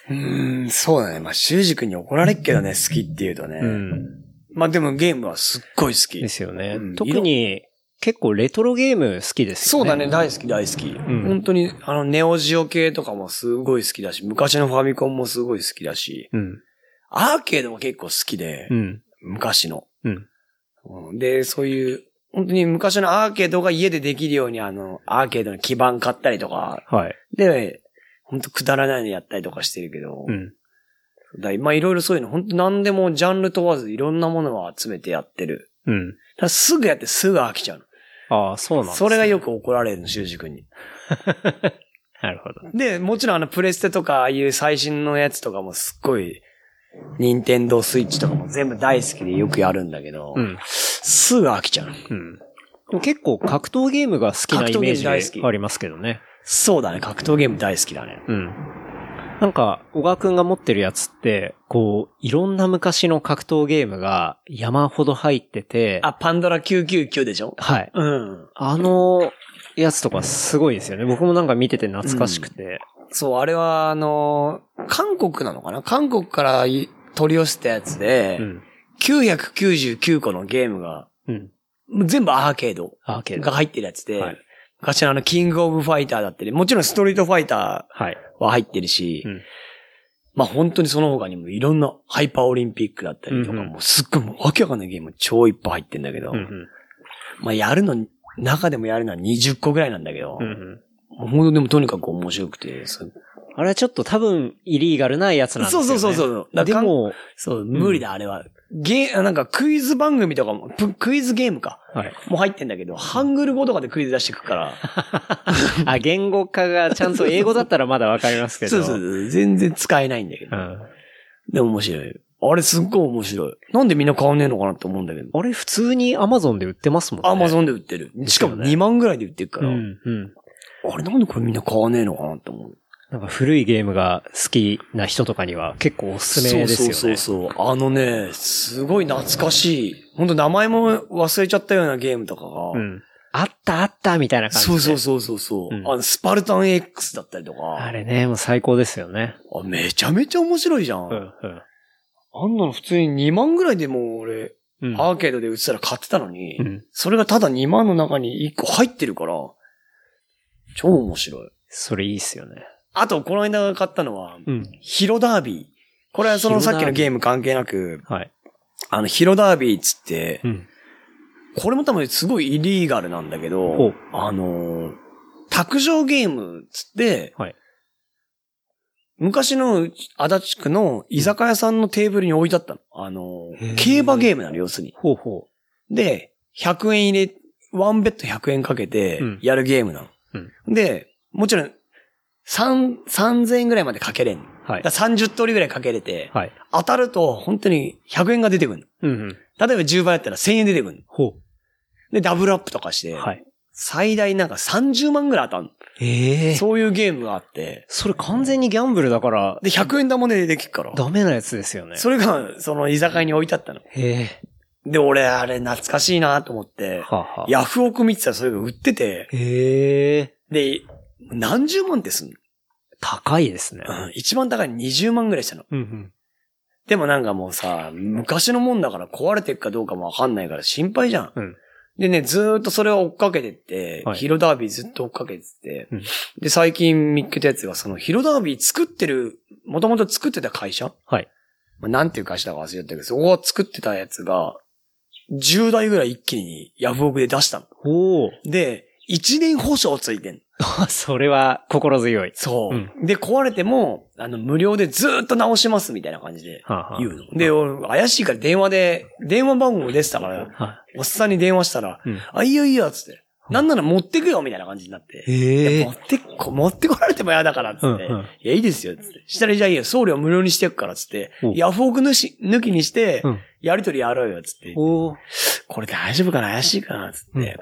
うーん、そうだね。まあ、修二君に怒られっけどね、好きって言うとね。うん。まあ、でもゲームはすっごい好きで。すよね。うん特に、結構レトロゲーム好きですそようね。だね、。大好き、大好き。ん本当に、あの、ネオジオ系とかもすごい好きだし、昔のファミコンもすごい好きだし、うん。アーケードも結構好きで、うん。昔の、うん。うんで、そういう、本当に昔のアーケードが家でできるように、あの、アーケードの基盤買ったりとか、はい。で、本当くだらないのやったりとかしてるけど、うん。だまあいろいろそういうの、本当何でもジャンル問わずいろんなものを集めてやってる。うん。ただすぐやってすぐ飽きちゃうああ、そうなんの。ですねそれがよ。く怒られるの、修二君に。なるほど。で、もちろんあのプレステとかああいう最新のやつとかもすっごい、ニンテンドースイッチとかも全部大好きでよくやるんだけど、うん。すぐ飽きちゃうの。うん。でも結構格闘ゲームが好きなイメ格闘ゲームー大好ジきがありますけどね。そうだね、格闘ゲーム大好きだね。うん。なんか、小川くんが持ってるやつって、こう、いろんな昔の格闘ゲームが山ほど入ってて、あ、パンドラ999でしょはい。うん。あのやつとかすごいですよね。僕もなんか見てて懐かしくて。そう、あれはあのー韓国なのかな韓国からい取り寄せたやつで、うん。 999個のゲームが、うん。全部アーケードアーケード。が入ってるやつで、はい昔のあの、キングオブファイターだったり、もちろんストリートファイタはい。ーは入ってるし、うんまあ本当にその他にもいろんなハイパーオリンピックだったりとか、うんうんもうすっごいもうわけわかんないゲーム超いっぱい入ってんだけど、うんうん。まあやるの、中でもやるのは20個ぐらいなんだけど、うんうん。もうほんとでもとにかく面白くて、そうあれはちょっと多分、イリーガルなやつなんですそようね。。そうそうそうう。だでからも、そう、無理だ、あれは。ゲー、なんかクイズ番組とかも、プクイズゲームか。はい。もう入ってんだけど、ハングル語とかでクイズ出してくから。あ、言 語化がちゃんと英語だったらまだわかりますけど。そうそうそう、全然使えないんだけど。うん。で、面白い。あれすっごい面白い。なんでみんな買わねえのかなって思うんだけど。あれ普通に Amazon で売ってますもんね。アマゾンで売ってる。しかも2万ぐらいで売ってるかうら。ん、うん。あれなんでこれみんな買わねえのかなって思う。なんか古いゲームが好きな人とかには結構おすすめですよね。そうそうそうそう。あのね、すごい懐かしい。本当名前も忘れちゃったようなゲームとかが。うん。あったあったみたいな感じで。そうそうそうそうそう、うんあの、スパルタン X だったりとか。ああれね、もう最高ですよね。めちゃめちゃ面白いじゃん。うん、うんあんなの普通に2万ぐらいでもう俺、うん。アーケードで売ってたら買ってたのに、うん。それがただ2万の中に1個入ってるから、超面白い。それいいっすよね。あと、この間買ったのは、うん。ヒロダービー。これはそのヒロさダービーっきのゲーム関係なく、はい。あの、ヒロダービーっつって、うん。これも多分すごいイリーガルなんだけほどう、あのー、卓上ゲームっつって、はい昔の足立区の居酒屋さんのテーブルに置いてあったの。あのへーー競馬ゲームなの、要するに。ほうほで、100円入れ、ワンベット100円かけてうん、やるゲームなの。で、もちろん、3、3000円ぐらいまでかけれんの。う。はだいか。ら30通りぐらいかけれて、はい。当たると本当に100円が出てくるの。うん、うん。例えば10倍だったら1000円出てくるの。ほで、ダブルアップとかして、う。はい。最大なんか30万ぐらい当たんのええそういうゲームがあって、それ完全にギャンブルだから、で、100円玉でできるから。ダメなやつですよね。それが、その居酒屋に置いてあったの。へえ。で、俺、あれ懐かしいなと思って、はあはあ。ヤフオク見てたらそれが売ってて、へえ。で、何十万ってすんの、高いですね。うん、一番高いの20万ぐらいしたの。うん、うん。でもなんかもうさ、昔のもんだから壊れてるかどうかもわかんないから心配じゃん。うんでね、ずーっとそれを追っかけてって、はいヒロダービーずっと追っかけてて、うんで、最近見っけたやつが、そのヒロダービー作ってる、もともと作ってた会社はい。まあ、なんていう会社だか忘れちゃったけど、そこが作ってたやつが、10台ぐらい一気にヤフオクで出したの。おお。で、1年保証ついてんの。それは心強い。そう。うで、壊れても、あの、無料でずーっと直しますみたいな感じで。はあはあ言うの。で、俺、怪しいから電話で、電話番号出てたから、はおっさんに電話したら、い。うん。あ、いいよいいよ、つって。なんなら持ってくよ、みたいな感じになって。えいや持ってこ、持ってこられても嫌だから、つって。うんうんいや、いいですよ、つって。したら、じゃあいいよ、送料無料にしてくから、つってお。ヤフオク抜し抜きにして、うんやりとりやろうよ、つって。おお。これ大丈夫かな怪しいかな、つっうて。ん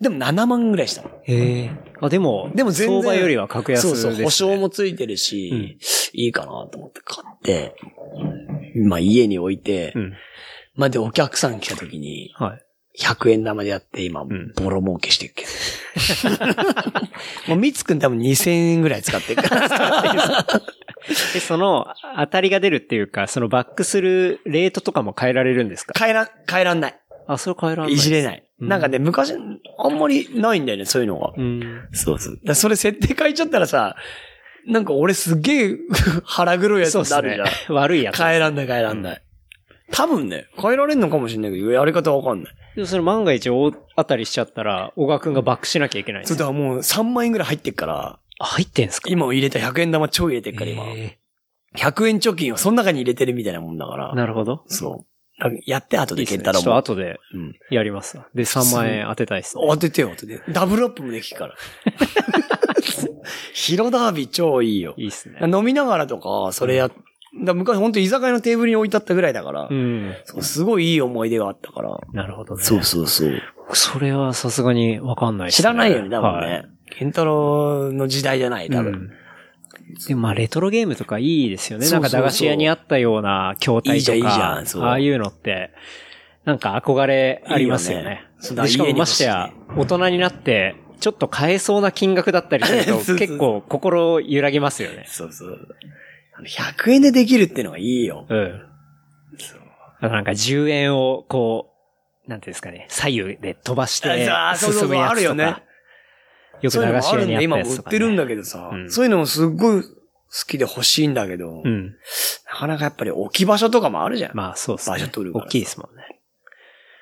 でも7万ぐらいしたの。へえ。あ、でも、でも全然相場よりは格安そでうす、そね。う、保証もついてるし、いいかなと思って買って、まあ家に置いて、うん。まあでお客さん来た時に、はい。 100円玉でやって今、んボロ儲けしてるけど。 もう、みつくん多分2000円ぐらい使 ってるから。で、その、当たりが出るっていうか、そのバックするレートとかも変えられるんですか変えら、変えらんない。あ、それ変えられない。いじれない。うんなんかね、昔、あんまりないんだよね、そういうのが。うん。そうそう。だからそれ設定変えちゃったらさ、なんか俺すっげえ 腹黒いやつそうにでなするねじゃん。。悪いやつ。変えらんない変えらんない。多分ね、変えられんのかもしれないけど、やり方わかんない。でもそれ万が一大当たりしちゃったら、小川くんがバックしなきゃいけないんでそうすだよからもう3万円ぐらい入ってっから、あ入ってんすか今入れた100円玉超入れてっから今。へ100円貯金をその中に入れてるみたいなもんだかえら。なるほど。そう。なんかやって、い後でいですね。健ち太ょ郎っとも。後でうん。やりますわ。で、3万円当てたいっすね。当ててよ、当てて。ダブルアップもできるから。 ヒロダービー超いいよ。いいっすね。飲みながらとか、それや、だから昔本当居酒屋のテーブルに置いてあったぐらいだから、うん。そうすごいいい思い出があったから。なるほどね。そうそう。それはさすがにわかんないっす知らないよね、多分はいね。健太郎の時代じゃない、多分。うんでもまあ、レトロゲームとかいいですよね。そうなそんうかそう駄菓子屋にあったような筐体とか、いいじゃんいいじゃんそうああいうのって、なんか憧れありますよいいよねね。そうでしかも家に欲ましいしてや、大人になって、ちょっと買えそうな金額だったりする そうそと、う結構心揺らぎますよね。そうそう。あの100円でできるってのがいいよ。うん。あとなんか10円をこう、なんていうんですかね、左右で飛ばしてあそうそうそ進うむやあつとるよかね。よくそういう駄菓のも子あ屋るんにあっで、た今やも売つっとか、ね。てるんだけどさ、うんそういうのもすっごい好きで欲しいんだけど、うん。なかなかやっぱり置き場所とかもあるじゃん。まあそうですね。場所取るか大らきいですもんね。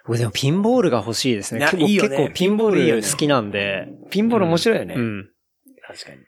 僕でもピンボールが欲しいですね。な結構いいよね結構ピンボピンボールいいよールね好きなんで。ピンボール面白いよね。うん。確かに。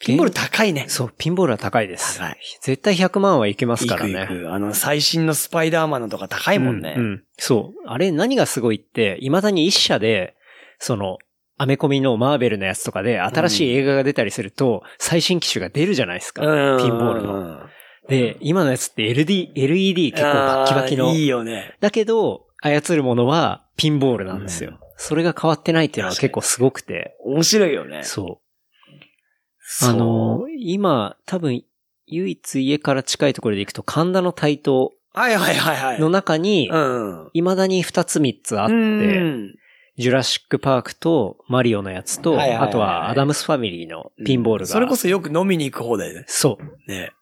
ピンボール高いね。そう、ピンボールは高いです。高い。絶対100万はいきますからね。いくいく。あの、最新のスパイダーマンのとか高いもんね。うんうんそう。あれ何がすごいって、未だに一社で、その、アメコミのマーベルのやつとかで新しい映画が出たりすると、最新機種が出るじゃないですか。うんピンボールの。の。で、今のやつって LD、LED 結構バッキバキあのー。いいよね。だけど、操るものはピンボールなんですよ。うんそれが変わってないっていうのは結構すごくて。面白いよね。そう。そうあの、今、多分、唯一家から近いところで行くと神田の台頭はいはいはいはい。の中に、うん。未だに2つ3つあっうて、んジュラシックパークとマリオのやつと、はいはいはいはいあとはアダムスファミリーのピンボールが。それこそよく飲みに行く方だよね。そう。ね。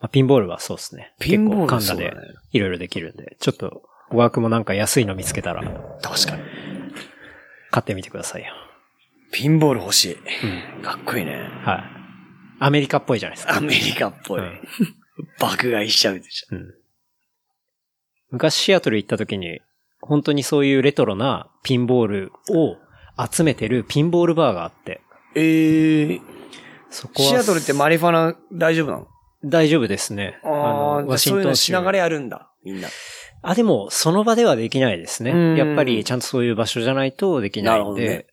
まあ、ピンボールはそうですね。ピンボール結構そう神だ田ねでいろいろできるんで、ちょっと、小川くんもなんか安いの見つけたら、確かに。買ってみてくださいよ。ピンボール欲しうん。い。かっこいいね。はい。アメリカっぽいじゃないですか。アメリカっぽい。うん爆買いしちゃうでしょ。うん昔シアトル行った時に、本当にそういうレトロなピンボールを集めてるピンボールバーがあって、ええそこはシアトルってマリファナ大丈夫なの大丈夫ですね。ああ、ワシそうンいうトのンし州。ながらやるんだ、みんな。あ、でも、その場ではできないですうんね。やっぱり、ちゃんとそういう場所じゃないとできななるいほんどで、ね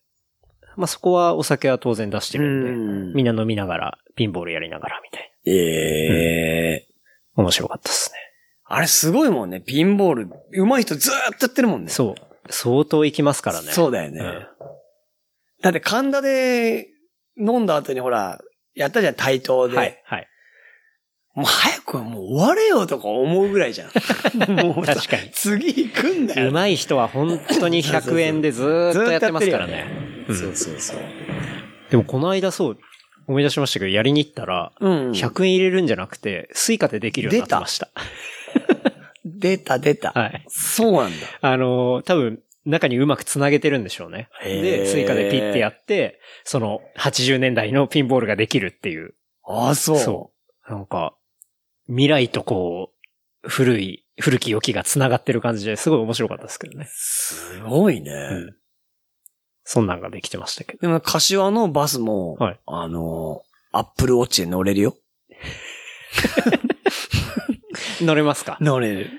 まあそこはお酒は当然出してるんで、うんみんな飲みながら、ピンボールやりながらみたいええな。面白かったですね。あれすごいもんね、ピンボール。上手い人ずーっとやってるもんね。そう。相当行きますからね。そうだよね。うんだって神田で飲んだ後にほら、やったじゃん、対等で。はい。はい。もう早くもう終われよとか思うぐらい じゃん。もうさ確かに次行くんだよ。うまい人は本当に100円でずーっとやってますからね。うんそうそうそう。でもこの間そう、思い出しましたけど、やりに行ったら、うん。 100円入れるんじゃなくて、スイカでできるようになってました。出た出た。はい。そうなんだ。あのー多分、中にうまくつなげてるんでしょうね。へーで、スイカでピッてやって、その、80年代のピンボールができるっていう。ああ、そう。そう。なんか、未来とこう、古い、古き良きが繋がってる感じですごい面白かったですけどね。すごいね。んそんなんができてましたけど。でも、柏のバスも、はいあの、アップルウォッチで乗れるよ。乗れますか乗れる。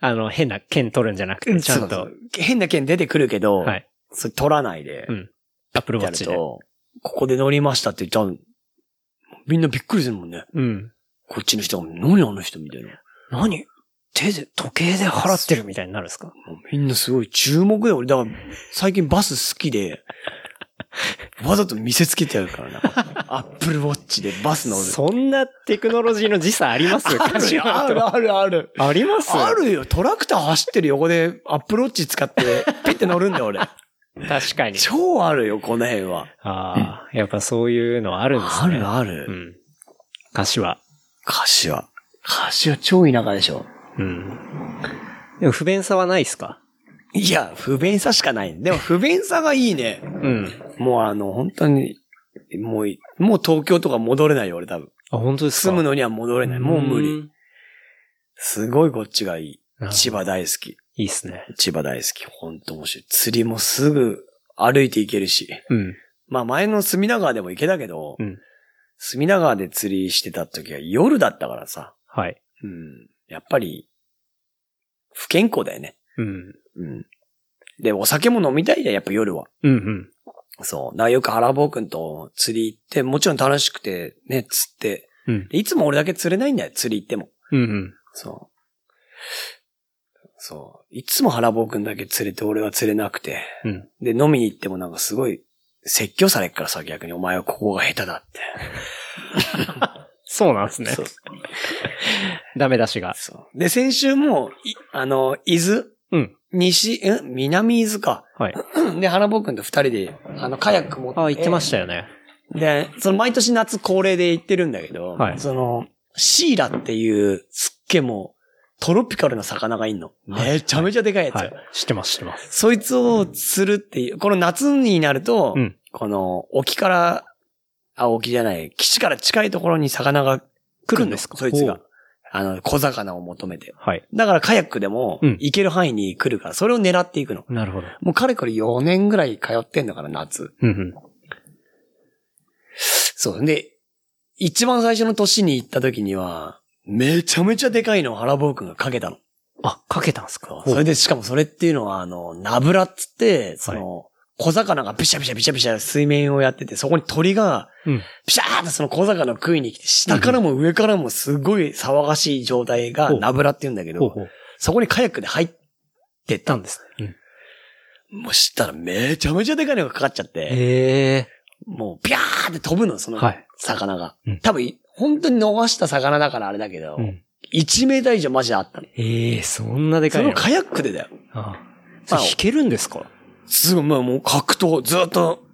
あの、変な剣取るんじゃなくて、ちゃんそとう。そう変な件出てくるけど、はい。それ取らないで、うんアップルウォやッるチで。と、ここで乗りましたって言ったら、みんなびっくりするもんね。うん。こっちの人が、何あの人みたいな。何手で、時計で払ってるみたいになるんですかもうみんなすごい注目だよ。俺、だから、最近バス好き で、わざと見せつけてやるからな。アップルウォッチでバス乗る。そんなテクノロジーの時差ありますあるよあるあるある。ありますあるよ。トラクター走ってる横でアップルウォッチ使って、ピッて乗るんだよ、 俺。確かに。超あるよ、この辺は。ああ、やっぱそういうのはあるんですあね。るあうる。ん。柏。柏。柏超田舎でしょ。うん。でも不便さはないですかいや、不便さしかない。でも不便さがいいね。うん。もうあの、本当に、もうい、もう東京とか戻れないよ、俺多分。あ、本当ですか住むのには戻れない。もう無理。んすごいこっちがない。いるほど千葉大好き。いいっすね。千葉大好き。ほんと面白い。釣りもすぐ歩いて行けるし。うん。まあ前の隅田川でも行けたけど、うん隅田川で釣りしてた時は夜だったからさ。はい。うん。やっぱり、不健康だよね。うん。うん。で、お酒も飲みたいじゃん、やっぱ夜は。うんうん。そう。だからよく原坊くんと釣り行って、もちろん楽しくて、ね、釣って。うん。でいつも俺だけ釣れないんだよ、釣り行っても。うんうん。そう。そう。いつも原坊くんだけ釣れて、俺は釣れなくて。うん。で、飲みに行ってもなんかすごい、説教されっからさ、逆にお前はここが下手だって。そうなんですね。そう。ダメ出しが。そう。で、先週も、いあの、伊豆うん。西、え南伊豆か。はい。で、原坊くんと二人で、あの、カヤック持って。あ、言ってましたよね。で、その毎年夏恒例で行ってるんだけど、はいその、シイラっていうすっげえもうトロピカルな魚がいんの。はいめちゃめちゃでかいやつよ、はい。知ってます、知ってます。そいつを釣るっていう、この夏になると、うんこの沖から、あ、沖じゃない、岸から近いところに魚が来るんですかそいつおがう。あの、小魚を求めて。はい。だからカヤックでもうん行ける範囲に来るから、それを狙っていくの。なるほど。もうかれこれ4年ぐらい通ってんだから、夏。うんうん。そう。で、一番最初の年に行った時には、めちゃめちゃでかいのを原坊くんがかけたの。あ、かけたんすかそれで、しかもそれっていうのは、あの、ナブラっつって、その、小魚がビシャビシャビシャビシャ水面をやってて、そこに鳥が、うん。ピシャーってその小魚を食いに来て、下からも上からもすごい騒がしい状態がほうナブラって言うんだけほうど、ほう。そこにカヤックで入ってったんですうんね。もうしたらめちゃめちゃでかいのがかかっちゃって、ええもうピャーって飛ぶの、そのはい魚がうん。多分、本当に逃した魚だからあれだけどう、ん。 1メーター以上マジであったの。ええそんなでかそいののカヤックでだよ。ああそれ弾けるんですかすごい、まあもう格闘、ずっと、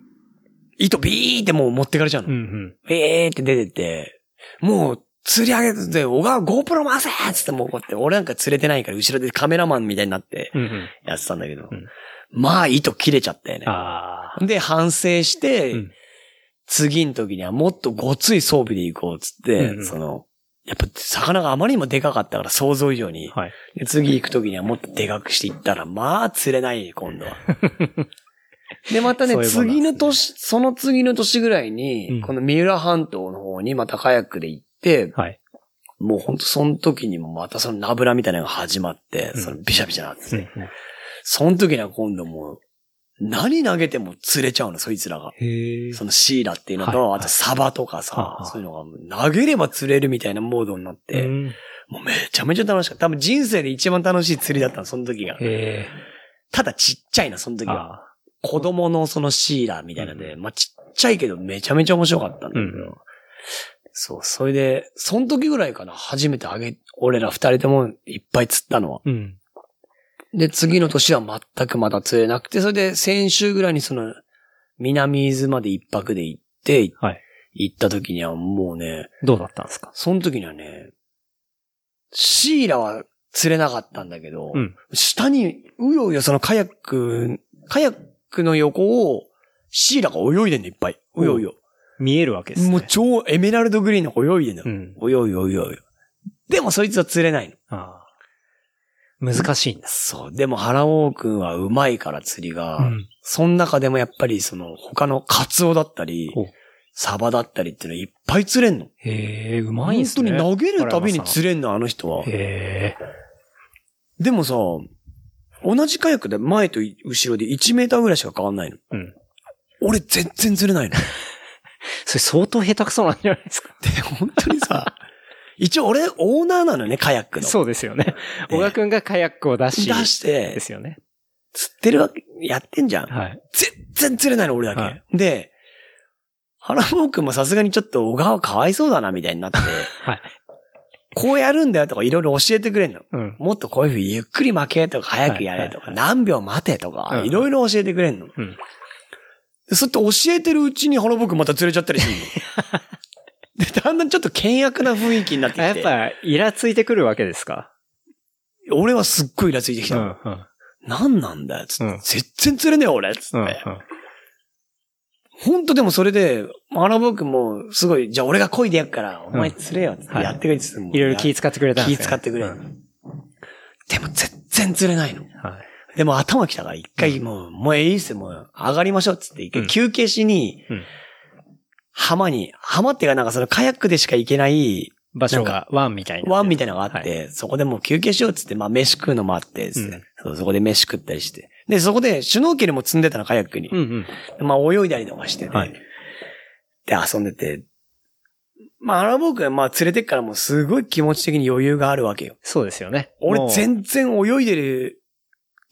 糸ビーってもう持ってかれちゃうの。んえーって出てって、もう、釣り上げて、小川 GoPro 回せっつってもうこうやって、俺なんか釣れてないから、後ろでカメラマンみたいになってうん。うんうん。やってたんだけど、うんまあ、糸切れちゃったよね。ああ。で、反省して、うん次の時にはもっとごつい装備で行こうっつって、うんうんその、やっぱ魚があまりにもでかかったから想像以上に。はい。で次行く時にはもっとでかくしていったら、まあ釣れないよ、今度は。で、またね、そういうもんなんですね次の年、その次の年ぐらいに、うんこの三浦半島の方にまたカヤックで行って、はい。もうほんとその時にもまたそのナブラみたいなのが始まって、うんそのビシャビシャなってて、うんうんその時には今度もう、何投げても釣れちゃうの、そいつらが。へえ。そのシイラっていうのと、はいはいあとサバとかさ、はあはあそういうのが投げれば釣れるみたいなモードになって、うんへもうめちゃめちゃ楽しかった。多分人生で一番楽しい釣りだったの、その時が。え。ただちっちゃいな、その時は。ああ。子供のそのシイラみたいなので、まあちっちゃいけどめちゃめちゃ面白かったんだけど。うんそう、それで、その時ぐらいかな、初めてあげ、俺ら二人ともいっぱい釣ったのは。うん。で、次の年は全くまだ釣れなくて、それで先週ぐらいにその、南伊豆まで一泊で行って、はい行った時にはもうね、どうだったんですかその時にはね、シイラは釣れなかったんだけど、うん下にうようよそのカヤック、カヤックの横をシイラが泳いでんのいっぱい。うようよ。見えるわけですね。もう超エメラルドグリーンの子泳いでんの。うん。泳い泳い泳い。でもそいつは釣れないの。ああ。難しいんです。そう。でも原王くんはうまいから釣りが、うん。その中でもやっぱりその他のカツオだったりお、サバだったりっていうのいっぱい釣れんの。へえ、うまいんすね。本当に投げるたび原山にさん釣れんの、あの人は。へえ。でもさ、同じ火薬で前と後ろで1メーターぐらいしか変わんないの。うん俺全然釣れ ないの。それ相当下手くそなんじゃないですか。で、本当にさ、一応俺オーナーなのね、カヤック の。そうですよね。で小川くんがカヤックを出し、出してで、すよね。釣ってるわけ、やってんじゃん。はい。全然釣れないの、俺だけ。はいで、原坊くんもさすがにちょっと小川かわいそうだな、みたいになっ て。はい。こうやるんだよとかいろいろ教えてくれんの。うん。もっとこういうふうにゆっくり負けとか早くやれとか、はい何秒待てとか、うんいろいろ教えてくれんの。うん。でそうやって教えてるうちにハロボクまた釣れちゃったりする の。で、だんだんちょっと険悪な雰囲気になってあやき。ってぱ、イラついてくるわけですか俺はすっごいイラついてきたの。うん。何なんだよ、つって。うん全然釣れねえよ、俺、つって。ほんとでもそれで、ハロボクもすごい、じゃあ俺が漕いでやっから、お前釣れよ、つってはいやってくれ、つって。もういろいろ気使ってくれたんで気すね使ってくれうるん。でも全然釣れないの。はい。でも頭きたから一回もう、もういいっすよ、もう上がりましょうっつって、一う回ん休憩しに、うん浜に、浜っていうかなんかそのカヤックでしか行けない場所がワンみたいな。湾みたいなのがあっはいて、そこでもう休憩しようっつって、まあ飯食うのもあってですうね、んそうそこで飯食ったりして。で、そこでシュノーケルも積んでたの、カヤックに。うんうん。まあ泳いだりとかしてね、はいで、遊んでて。まあ、アラボー君はまあ連れてっからもうすごい気持ち的に余裕があるわけよ。そうですよね。も俺う全然泳いでる、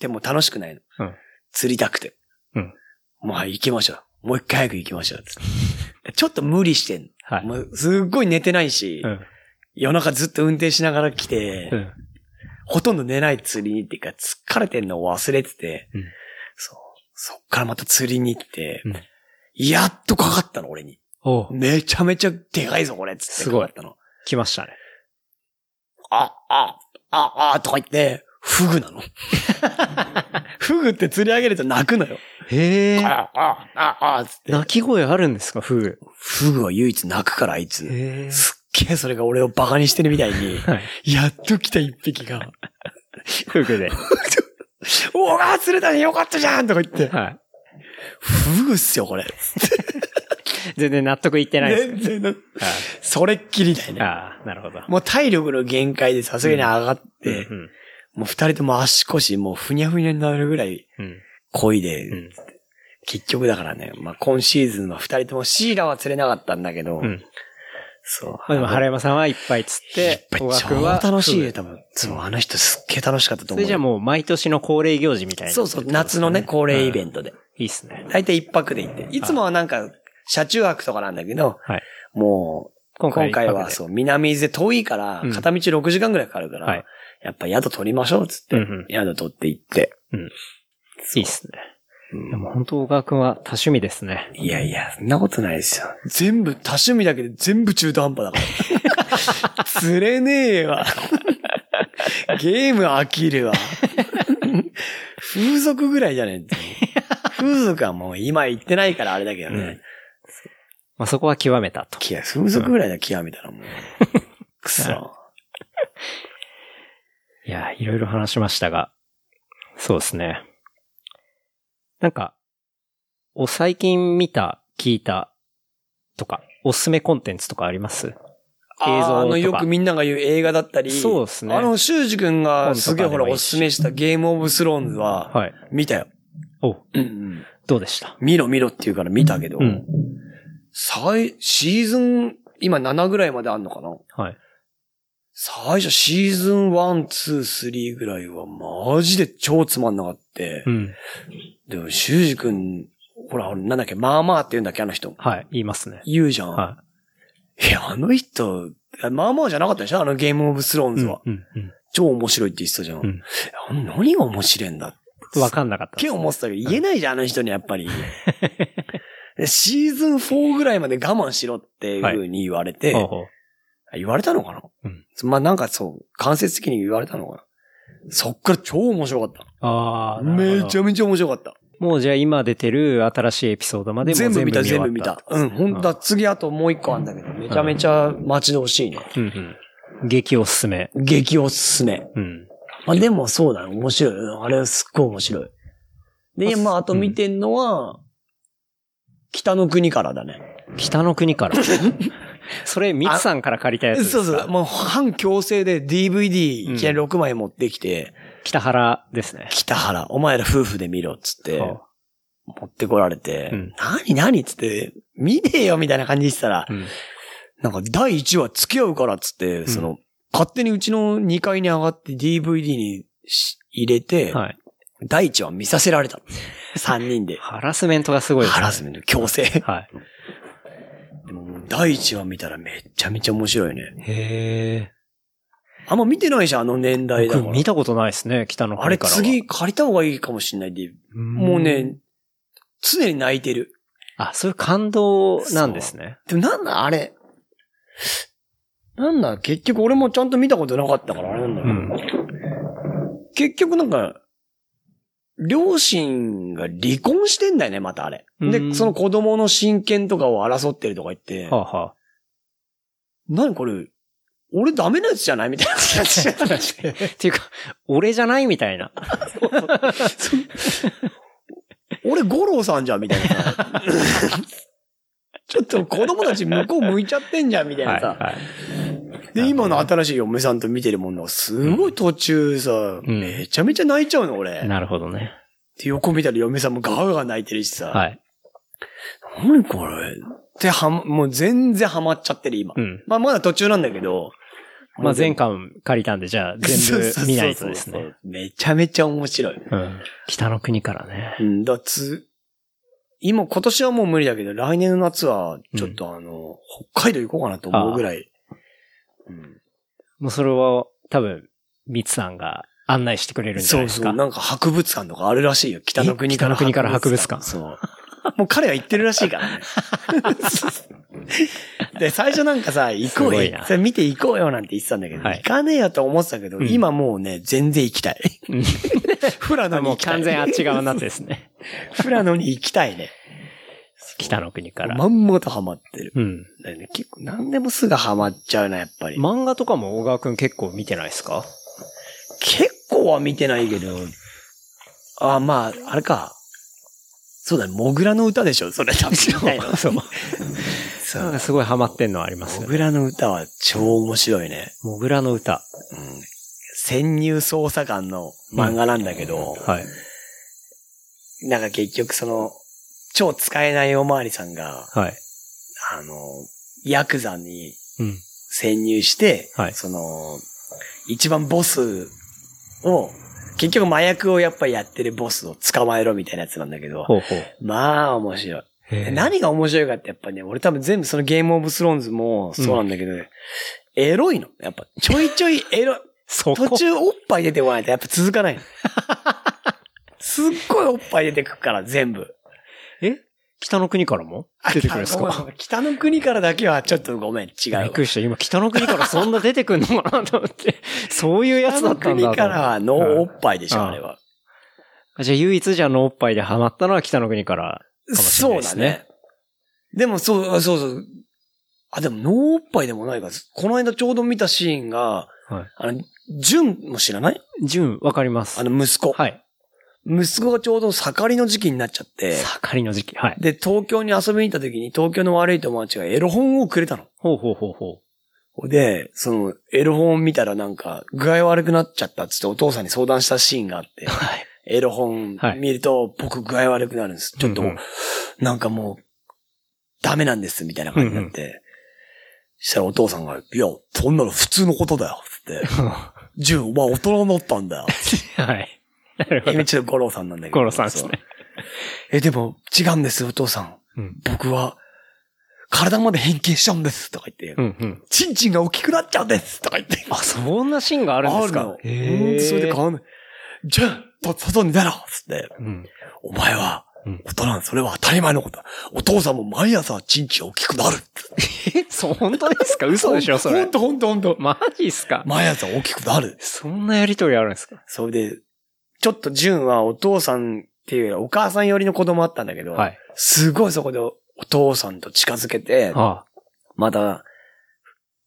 でも楽しくないの。うん釣りたくて。うんまあ行きましょう。もう一回早く行きましょうつって。ちょっと無理してんはの。い。もうすっごい寝てないし、うん。夜中ずっと運転しながら来て、うん。ほとんど寝ない釣りにっていうか疲れてんのを忘れてて、うんそう。そっからまた釣りに行って、うんやっとかかったの俺に。おうめちゃめちゃでかいぞこれっつってすごいかかったの。来ましたね。あ、あ、あ、あ、とか言って、フグなの。 フグって釣り上げると泣くのよ。へえ。あ、あ、あ、あ、つって。鳴き声あるんですか、フグ。フグは唯一泣くからあいつ。へえ。、すっげえそれが俺をバカにしてるみたいにはい。 やっと来た一匹が、フグで。 おが釣れたねよかったじゃんとか言って、はい。フグっすよこれ。全然納得いってないです。全然の、はそれっきりだよいね。ああ、なるほど。もう体力の限界でさすがに上がって、うんうんもう二人とも足腰もうふにゃふにゃになるぐらいうん。漕いで、うん結局だからね、まあ今シーズンは二人ともシーラは釣れなかったんだけど、うん。そう。まあでも、原山さんはいっぱい釣って、いっ小ぱい川超君は。楽しいよ、そ多分。そう、あの人すっげえ楽しかったと思う。れじゃあもう毎年の恒例行事みたいな。そうそう、夏のね、恒例イベントで。いいっすね。大体一泊で行って。いつもはなんか、車中泊とかなんだけど、はい。もう、今回今回一泊はでそう、南伊豆遠いからうん、片道6時間ぐらいかかるから、はいやっぱ宿取りましょう、つって、うんうん宿取って行って。いいっすね。うんでも本当、小川君は多趣味ですね。いやいや、そんなことないですよ。全部、多趣味だけで全部中途半端だから。 釣れねえわ。ゲーム飽きるわ。風俗ぐらいじゃねえ。風俗はもう今言ってないからあれだけどね。うんまあそこは極めたと。き風俗ぐらいだ、極めたらもう。くそ。いや、いろいろ話しましたが、そうですね。なんか、お最近見た、聞いたとか、おすすめコンテンツとかありますあ映像とかあの、よくみんなが言う映画だったり。そうですねあの、修二君がすげえほ本とからでもいおいしすすめしたゲームオブスローンズは、はい。見たよ。お、うんうん。どうでした見ろ見ろって言うから見たけど、うん。最、シーズン、今7ぐらいまであんのかなはい。最初シーズン1、2、3ぐらいはマジで超つまんなかって。うん。でも、修二君、ほら、なんだっけ、まあまあって言うんだっけ、あの人。はい。言いますね。言うじゃん。、はいや、あの人、まあまあじゃなかったでしょあのゲームオブスローンい。うズんは。。うん。う超面白いって言ってたじゃん。うんあの何が面白いんだん。わかんなかったっ。け思ってたけど、言えないじゃん、あの人にやっ ぱり。でシーズン4ぐらいまで我慢しろっていう風に言われて、ほうほう言われたのかな、うんまあなんかそう、間接的に言われたのかなそっから超面白かっあた。あ、なるめほちど。ゃめちゃ面白かった。もうじゃあ今出てる新しいエピソードまでも全部見た、終全わ部っ見た。うん、ほんとだ、次あともう一個あんだけど、めちゃめちゃ待ち遠しいね。うんうん。激おすすめ。激おすすめ。うん。まあでもそうだね、面白いよ。あれはすっごい面白い。で、あすまああと見てんのは、北の国からだね。北の国から。 それ、ミツさんから借りたやつですそか。うそう。もう半強制で DVD うんいきなり6枚持ってきて、北原ですね。北原、お前ら夫婦で見ろっつって、は持ってこられて、うん何何っつって、見ねえよみたいな感じでしたら、うんなんか第1話付き合うからっつって、んその、勝手にうちの2階に上がって DVD にし入れて、はい。第1話見させられた。3人で。ハラスメントがすごいですハね。ラスメント、強制。はい。でももう第1話見たらめちゃめちゃ面白いよね。へあんま見てないじゃん、あの年代え。だ僕から見。たことないですね、北のあ国れからは。次借りた方がいいかもしんないで、うんもう。ね、常に泣いてる。あ、そういう感動なんですね。でもなんだ、あれ。なんだ、結局俺もちゃんと見たことなかったからあれなんだうけど、ん。結局なんか、両親が離婚してんだよね、またあれ。うで、んその子供の親権とかを争ってるとか言って、はあは何これ、俺ダメなやつじゃないみたいな感じになって。 あ。っていうか、俺じゃないみたいな。俺五郎さんじゃんみたい なさ。ちょっと子供たち向こう向いちゃってんじゃんみたいなさ。はい。で、今の新しい嫁さんと見てるものがすごい途中さ、うんめちゃめちゃ泣いちゃうの俺。なるほどね。で、横見たら嫁さんもガーガー泣いてるしさ。はい。何これってはま、もう全然ハマっちゃってる今。うん。まあまだ途中なんだけど。まあ前巻借りたんで、じゃあ全部見ないとですそね。うそうそうそう。めちゃめちゃ面白い。うん。北の国からね。うん、だつ、今今年はもう無理だけど、来年の夏はちょっとあの、北海道行こうかなと思うぐらい。うんもうそれは多分、ミツさんが案内してくれるんじゃそないうですそか。う、なんか博物館とかあるらしいよ。北の国から。え北の国から博物館そう。もう彼は行ってるらしい からね。で、最初なんかさ、行こすうごいよな。それ見て行こうよなんて言ってたんだけど、はい行かねえよと思ってたけど、うん今もうね、全然行き たい。うん富良野にも行うきたい。完全あっち側になってです ね。 富良野に行きたいね。北の国から。まんまとハマってる。うん。だよね結構何でもすぐハマっちゃうな、やっぱり。漫画とかも小川くん結構見てないですか結構は見てないけど、あ、まあ、あれか。そうだね、モグラの歌でしょ、それ多分。 そう。そなんうかすごいハマってんのありますモよグね。ラの歌は超面白いね。モグラの歌。うん。潜入捜査官の漫画なんだけど、はい。なんか結局その、超使えないおまわりさんが、はい。あの、ヤクザにうん。潜入して、はいその、一番ボスを、結局麻薬をやっぱりやってるボスを捕まえろみたいなやつなんだけど、ほうほう。まあ面白い。へー何が面白いかってやっぱね、俺多分全部そのゲームオブスローンズもそうなんだけど、エロいの。やっぱちょいちょいエロい。そこ 途中おっぱい出てこないとやっぱ続かないの。 すっごいおっぱい出てくから全部。え北の国からも出てくるんですあごかめん北の国からだけはちょっとごめん、違うびっわ。くりした。今、北の国からそんな出てくんのかなと思って。 そういうや北つだのったんだと思っ国て。からのおっぱいでしうょ、んあれは。じゃあ唯一じゃあのおっぱいでハマったのは北の国から。もしれないそうでだすねね。でもそう、あそうそう。あ、でも、ノーおっぱいでもないから、この間ちょうど見たシーンが、はいあの、ジュンも知らない純、わかります。あの、息子。はい。息子がちょうど盛りの時期になっちゃって、盛りの時期。はい。で、東京に遊びに行った時に、東京の悪い友達がエロ本をくれたの。ほうほうほうほで、その、エロ本見たらなんか、具合悪くなっちゃったっつってお父さんに相談したシーンがあってう。、はい。エロ本見ると、僕具合悪くなるんです。ちょっとうんうん、なんかもう、ダメなんです、みたいな感じになって。したらお父さんが、いや、そんなの普通のことだよ、つって。 はジュン、お前大人になったんだよ。い。なるほえど。ちょっと五郎さんなんだけど。ゴロさんですそうね。え、でも、違うんです、お父さん。うん。僕は、体まで変形しちゃうんです、とか言っうて。んうん。チンチンが大きくなっちゃうんです、とか言って。あ、そんなシーンがあるんですかあるの。うん、それで変わんない。じゃあ、と外に出ろつって。うん。お前はうん、大人、それは当たり前のことだ。お父さんも毎朝、チンチン大きくなる。え、そう、本当ですか嘘でしょそれほん。とほんとほんと。マジっすか毎朝大きくなる。そんなやりとりあるんですかそれで、ちょっと純はお父さんっていうよりお母さん寄りの子供あったんだけど、はい。すごいそこでお父さんと近づけて、あまた、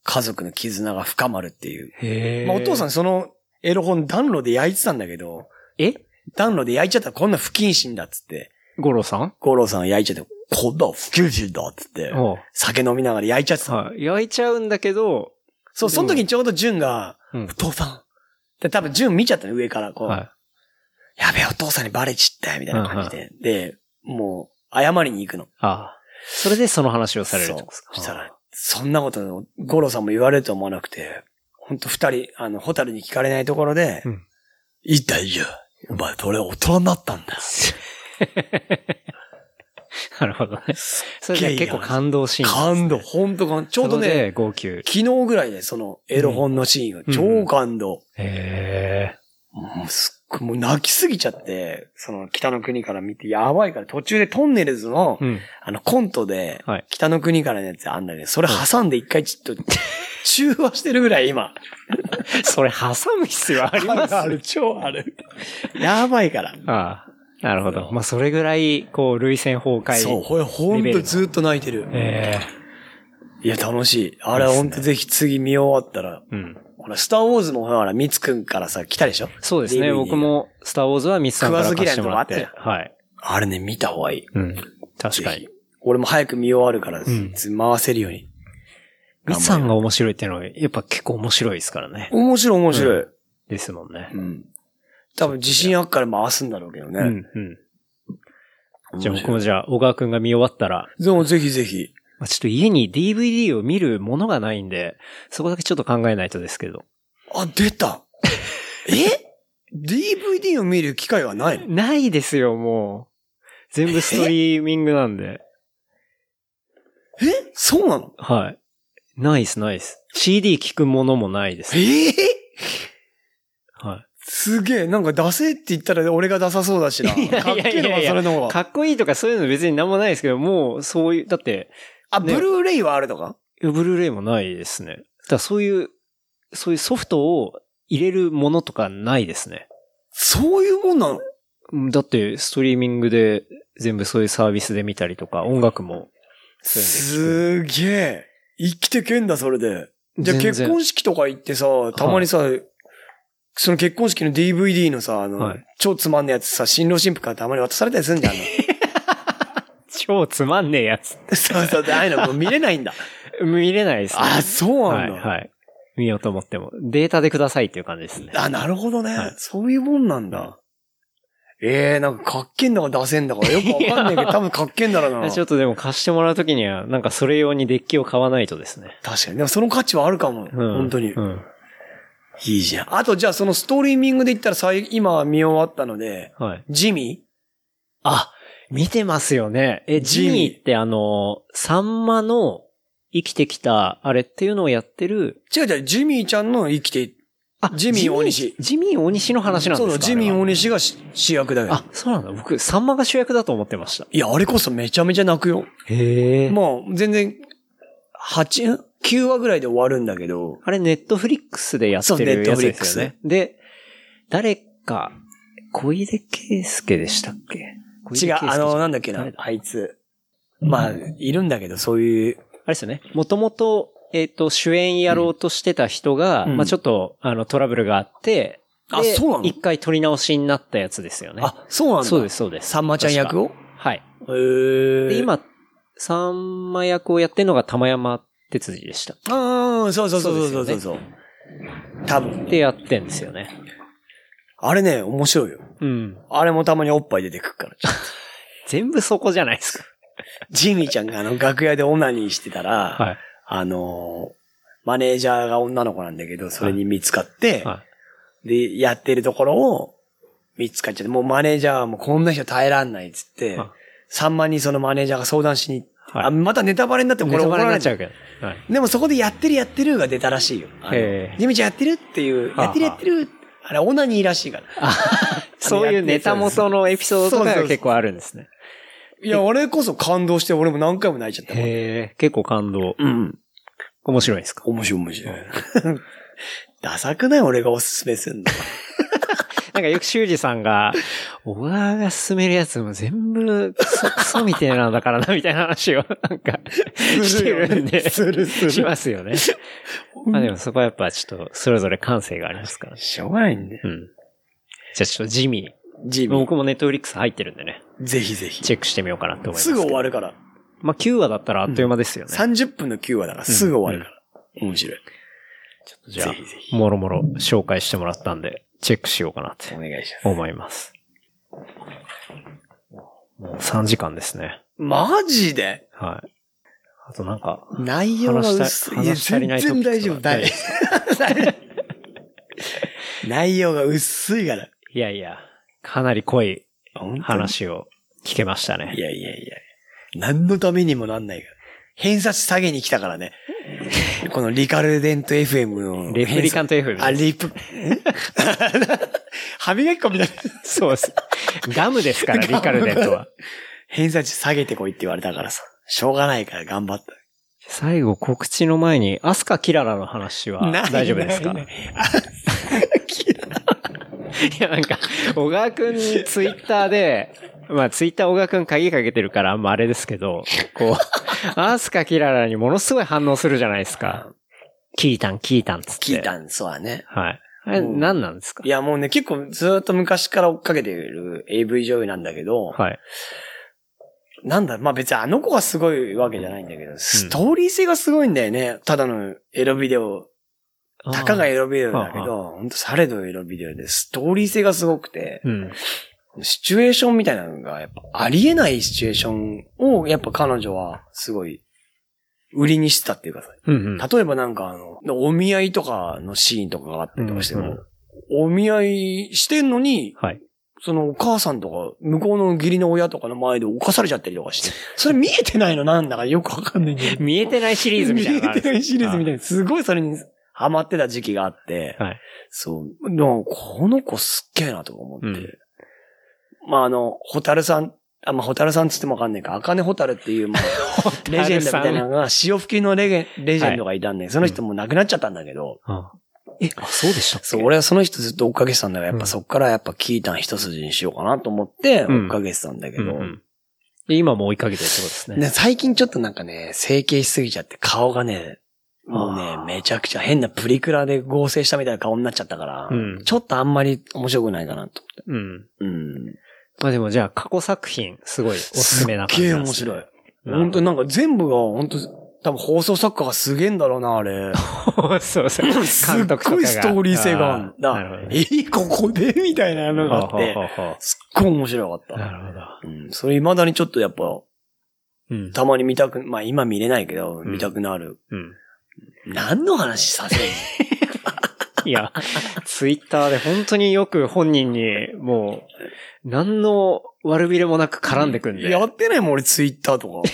家族の絆が深まるっていう。へえ。まあ、お父さん、んそのエロ本暖炉で焼いてたんだけど、え暖炉で焼いちゃったらこんな不謹慎だっつって、ゴロさん五郎さんは焼いちゃって、こんな不謹慎だっつって、おう酒飲みながら焼いちゃってた。はい。焼いちゃうんだけど、そう、でもその時にちょうど純が、うんお。父さん。で、多分純見ちゃったの、上から。こう、はやべえ、お父さんにバレちったよ、みたいな感じで。で、もう、謝りに行くの。ああ。それでその話をされるってことですかそうそしたら、そんなこと、五郎さんも言われると思わなくて、ほんと二人、あの、ホタルに聞かれないところで、うんいいんだよ。お前、俺は大人になったんだ。 なるほどね。それで結構感動シーンなんですね、感動、ほんと感動。ちょうどそれでね、号泣。昨日ぐらいで、その、エロ本のシーンが、うん超感動。へえ。もうすっごい、もう泣きすぎちゃって、その北の国から見て、やばいから、途中でトンネルズの、うん。あのコントではい、北の国からのやつあんだけど、それ挟んで一回ち ょっと、中和してるぐらい今。それ挟む必要ありますある、超ある。やばいから。ああ。なるほど。まあ、それぐらい、こう、類線崩壊。そう、これほんとずっと泣いてる。えいや、楽しい。あれほんとぜひ次見終わったら、えうん。ほら、スターウォーズもほら、ミツくんからさ、来たでしょそうですね。 DVD 僕も、スターウォーズはミスさんから貸してもらって。食わず嫌いなとはい。あれね、見た方がいい。うん。確かぜひに。。俺も早く見終わるから、ん回せるように。 ミスさんが面白いっていうのは、やっぱ結構面白いですからね。面白い面白い。ですもんね。うん。多分自信あっから回すんだろうけどね。うん、うん。じゃあ僕面白いもじゃあ、小川くんが見終わったら、でもぜひぜひ。まあちょっと家に DVD を見るものがないんで、そこだけちょっと考えないとですけど。あ、出 たえ ?DVD を見る機会はないのないですよ、もう。全部ストリーミングなんで。えそうなのはい。ないです、ないです。CD 聞くものもないです。ええはすげえ、なんか出せって言ったら俺が出さそうだしな。いやいかっやいやけえのはそれの方い。が。かっこいいとかそういうの別になんもないですけど、もうそういう、だって、あ、ブねルーレイはあるとかブルーレイもないですね。だからそういう、そういうソフトを入れるものとかないですね。そういうもんなのうんだって、ストリーミングで全部そういうサービスで見たりとか、音楽も。そういうすげえ。生きてけんだ、それで。じゃあ全然結婚式とか行ってさ、たまにさ、その結婚式の DVD のさ、あの、はい超つまんないやつさ、新郎新婦からたまに渡されたりするん じゃん。超つまんねえやつ。そうそう、ああいうのもう見れないんだ。見れないですね。 あ、そうはなんい、だ。はい。見ようと思っても。データでくださいっていう感じですね。あ、なるほどね。はいそういうもんなんだ。はええなんかかっけえんだか出せんだかよくわかんないけど、多分かっけえんだろうな。ち確ょっとでも貸してもらうときには、なんかそれ用にデッキを買わないとですね。かに。でもその価値はあるかも。うん、本当に。うん。いいじゃん。あとじゃあそのストリーミングで言ったら最、今は見終わったので、はい。ジミあ、見てますよね。え、ジジミーミーってあの、サンマの生きてきたあれっていうのをやってる、ー違う違う、ジミーちゃんの生きてい、あ、ジミー大西ジミー大西の話なんですかそうだ、ジミーあれは大西がし主役だよ。あ、そうなんだ。僕、サンマが主役だと思ってました。いや、あれこそめちゃめちゃ泣くよ。へえ。もう全然、8、9話ぐらいで終わるんだけど、あれ、ネットフリックスでやってそうネッるトやフつリッでクスすよね。で、誰か、小出圭介でしたっけ小出違う、圭介じゃあの、なんだっけな誰、だあいつ。まあ、いるんだけど、そういう、あれですよね。もともと、えっ、と、主演やろうとしてた人が、うんまあちょっと、あの、トラブルがあって、あでそうなの一回撮り直しになったやつですよね。あ、そうなんだ。そうです、そうです。さんまちゃん役ををはい。へーで、、今、さんま役をやってるのが玉山哲司でした。うん、そうそうそうそうそそううでそう。多分。で、やってんですよね。あれね、面白いよ。うん。あれもたまにおっぱい出てくるから。 全部そこじゃないですか。ジミーちゃんがあの、楽屋でオナニーしてたら、はい。あのーマネージャーが女の子なんだけど、それに見つかって、はで、やってるところを見つかっちゃって、もうマネージャーはもうこんな人耐えらんないっつってはい、 3万人そのマネージャーが相談しに行って、はいあまたネタバレになってでももここれれ怒ら怒られれちちゃゃう。うけど。はい。でもそこでやってるやってるが出たらしいよ。あのへージミーちゃんやってるっていう、やってるやってる、あれオナニーらしいから。そういうネタ元のエピソードとかが結構あるんですね。いや、俺こそ感動して、俺も何回も泣いちゃったもん。へえ、結構感動。うん。面白いですか面白い面白い。 ダサくない俺がおすすめすんの。なんかよく修二さん が、小川が勧めるやつも全部クソ、クソみたいなのだからな、みたいな話を、なんか、してるんで、するすしる。ますよね。まあでもそこはやっぱちょっと、それぞれ感性がありますからね。しょうがないんで。うん。じゃあちょっとジミー。ジミー。僕もネットフリックス入ってるんでね、ぜひぜひ。チェックしてみようかなと思います。すぐ終わ。るから。まあ9話だったらあっという間ですよね。 30分の9話だから、すぐ終わるから。面白い。じゃぜひぜひあ、もろもろ紹介してもらったんで、チェックしようかなってお願いします。思います。もう3時間ですね。マジではい。あとなんか、内容が薄い。いや話した全りない然大丈ト夫。ピッ大ク丈夫。内容が薄いから。いやいや、かなり濃い本当に。話を聞けましたいね。やいやいや。何のためにもなんないから。偏差値下げに来たからね。このリカルデント FM の。レプリカント F あ、リプ。ん 歯磨き粉みたいな。そうです。ガムですから、リカルデントは。偏差値下げてこいって言われたからさ。しょうがないから頑張った。最後、告知の前に、アスカキララの話はない大丈夫ですかないいや、なんか、小川くんにツイッターで、まあ、ツイッター小川くん鍵かけてるから、あんまあれですけど、こう、アースカキララにものすごい反応するじゃないですか。聞いたん、聞いたんっつって。聞いたん、そうだね。はい。あれ、うん何なんですかいや、もうね、結構ずーっと昔から追っかけてる AV 女優なんだけど、はい。なんだ、まあ別にあの子がすごいわけじゃないんだけど、ストーリー性がすごいんだよね。ただのエロビデオたかがエロビデオだけど、ほんとされどエロビデオで、ストーリー性がすごくて、うん。シチュエーションみたいなのが、やっぱありえないシチュエーションを、やっぱ彼女はすごい、売りにしてたっていうかさ、うんうん。例えばなんかあの、お見合いとかのシーンとかがあったりとかしてうんうも、お見合いしてんのに、はい。そのお母さんとか、向こうの義理の親とかの前で犯されちゃったりと かして、それ見えてないのなんだかよくわかんないんだけど。見えて ないシリーズみたいなのがあ見るえてないシリーズみたいな。な。すごいそれにハマってた時期があって、はい。そう。でも、この子すっげえなとか思って。うんまあ、あの、ホタルさん、あ、まあ、ホタルさんつってもわかんないか、アカネホタルっていう、まあ、レジェンドみたいなのが、潮吹きのレゲレジェンドがいたんで、その人もう亡くなっちゃったんだけど、あえ、あ、そうでしたっけそう、俺はその人ずっと追っかけてたんだから、やっうぱんそっからやっぱキータン一筋にしようかなと思って、うん追っかけてたんだけうんうど、ん。で今も追いかけてるってことですね。ね最近ちょっとなんかね、整形しすぎちゃって、顔がね、もうねあー、めちゃくちゃ変なプリクラで合成したみたいな顔になっちゃったから、うんちょっとあんまり面白くないかなと思って。うん。うん。まあでもじゃあ、過去作品、すごいおすすめな感すっじげえなん面ですね白い。本当になんか全部が、本当多分放送作家がすげえんだろうな、あれ。 そうそう。すっ監督とかごいがストーリー性があるんだ。なるほどね。えーここでみたいなのがあっほうてほ、うほうほ すっごい面白かうっなるほど。た。うん、それ未だにちょっとやっぱ、うん。たまに見たく、まあ今見れないけど、ん見たくなる。うん。何の話さ せるいや、ツイッターで本当によく本人に、もう、何の悪びれもなく絡んでくんで。やってないもん、俺ツイッターとか。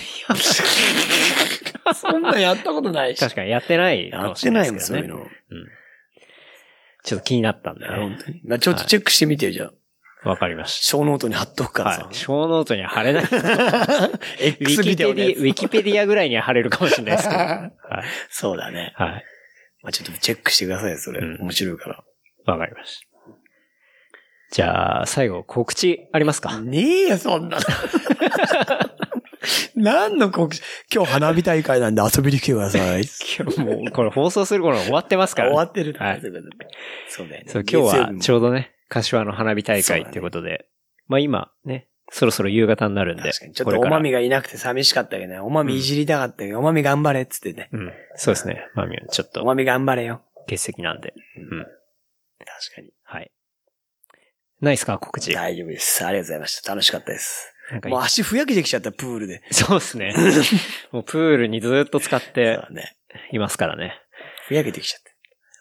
そんなんやったことない し。確かにやってないかやもっしてれなないいもでん、すそうけいうどね。の。ちょっと気になったんだよ本ね。当に。まあちょっとチェックしてみてよ、じゃあ。わかりまし小ノートに貼っとくかた。らはさい。。小ノートには貼れない。ウ X ィビキデペオデでィ、ウ。ィキペディアぐらいには貼れるかもしれないです けど。はい。そうだね。はい。まあちょっとチェックしてください、それ。うん面白いから。わかりました。じゃあ、最後、告知ありますかねえよ、そ んなの。何の告知今日花火大会なんで遊びに来てください。今日もう、これ放送する頃終わってますか 終らね、わってるはといいうことでそうだよね。そう、今日はちょょうどね、柏の花火大会っていうことで、まあ今ね、そろそろ夕方になるんで確かに。ち、ょこっれとおからまみがいなくて寂しかったけどね。おまみいじりたかったけど、おまみ頑張れっつってね。うん。そうですね。まあ、ちょっおとまみ頑張れよ。欠席なんで。うん。確かに。はい。ないですか告知。大丈夫です。ありがとうございました。楽しかったです。なんかいもう足ふやけてきちゃった、プールで。そう ですね。もうプールにずっと使っそうてだね。いますからね。ふやけてきちゃ っ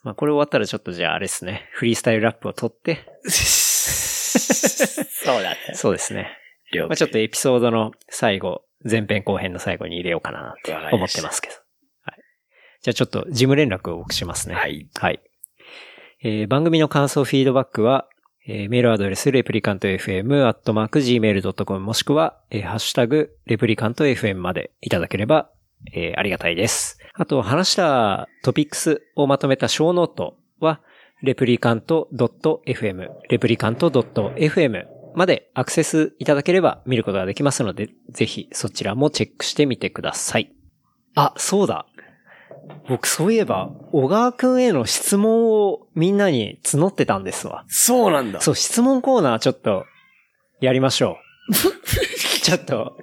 まあこれ終わったらちょっとじゃああれですね。フリースタイルラップを撮って、た。そうだね。そうですね。了まあちょっとエピソードの最後、前編後編の最後に入れようかななんて思ってますけど。はい。じゃあちょっと事務連絡を僕しますね。はい。はい。えー番組の感想、フィードバックは、えーメールアドレス、レプリカント FM、アットマーク、gmail.com、もしくは、えーハッシュタグ、レプリカント FM までいただければ、えーありがたいです。あと、話したトピックスをまとめた小ノートは、レプリカント .fm、レプリカント .fm までアクセスいただければ見ることができますので、ぜひそちらもチェックしてみてください。あ、そうだ。僕そういえば、小川くんへの質問をみんなに募ってたんですわ。そうなんだ。そう、質問コーナーちょっと、やりましょ う。ちょっと、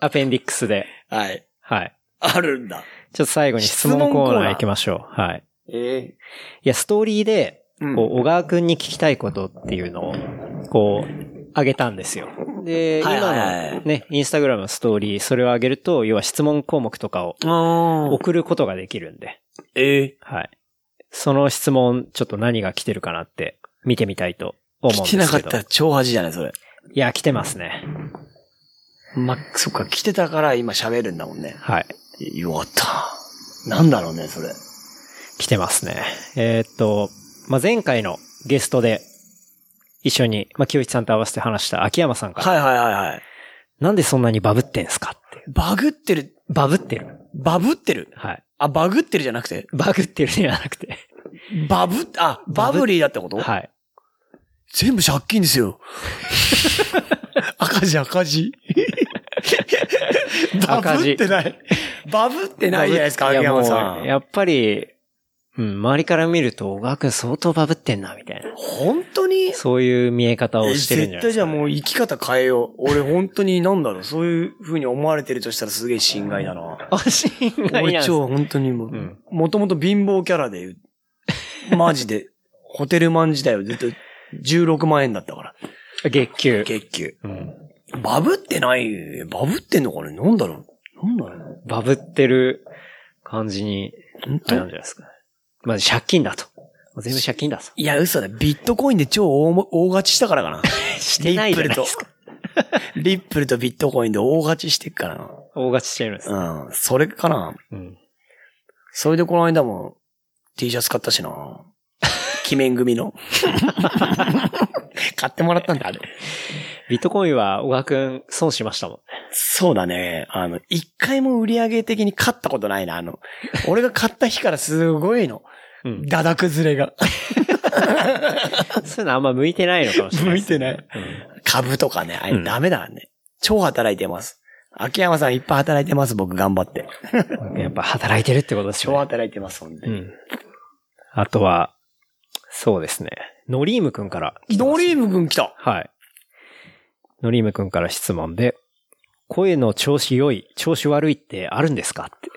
アペンディックスで。はい。はい。あるんだ。ちょっと最後に質問コーナー行きましょう。はい。ええいや、ストーリーで、うんこう、小川くんに聞きたいことっていうのを、こう、あげたんですよ。で、はいはいはい今のね、インスタグラムのストーリー、それをあげると、要は質問項目とかをああ。送ることができるんで、ええはい。その質問、ちょっと何が来てるかなって、見てみたいと思うんで来すてけど。なかったら超恥じゃない、それ。いや、来てますね。ま、そっか、来てたから今喋るんだもんね。はい。よかった。なんだろうね、それ。来てますね。えーっと、まあ、前回のゲストで、一緒に、まあ、清一さんと合わせて話した秋山さんから、はいはいはいはい。なんでそんなにバブってんすかっていう。バグってる、バブってる。バブってる。はい。あ、バグってるじゃなくて、バグってるではなくて。バブ、あ、バブリーだってことはい。全部借金です よ。赤字赤字。バ赤ブ字ってない。バブってないじゃないですか、秋山さ。いやもうんやっぱり、うん、周りから見ると、小川くん相当バブってんな、みたいな。本当にそういう見え方をしてるんじゃない絶で対すじゃあか、もう生き方変えよう。俺本当になん だろう、そういう風に思われてるとしたらすげえ心外だな。あ、心外俺なんです超本当にもう、うんもともと貧乏キャラで言う、マジで、ホテルマン時代はずっと16万円だったから、月給。月給。うんバブってない、バブってんのかねなんだろうなんだろうバブってる感じにあ本れ当なんじゃないですか。まあ、借金だと。全部借金だと。いや、嘘だ。ビットコインで超大も大勝ちしたからかな。 してないじゃないですか。リップルとビットコインで大勝ちしてっから大勝ちしてるんです。な。うん。それかな。うん。それでこの間も T シャツ買った しな。鬼面組の。 買ってもらったんだ、あれ。ビットコインは小川くん損しましたもん。そうだね。あの、一回も売り上げ的に勝ったことないな。あの、俺が買った日からすごいの。うん。だだ崩れが。そういうのあんま向いてないのかもしれない向でいすね。てない。うん株とかね。あうれんダメだからね。超働いてます。秋山さんいっぱい働いてます、僕頑張って。やっぱ働いてるってことです超よ、ね。働いてます、ほんで。うん。あとは、そうですね。ノリームくんから。ドリームくん来た。はい。ノリームくんから質問で、声の調子良い、調子悪いってあるんですかって。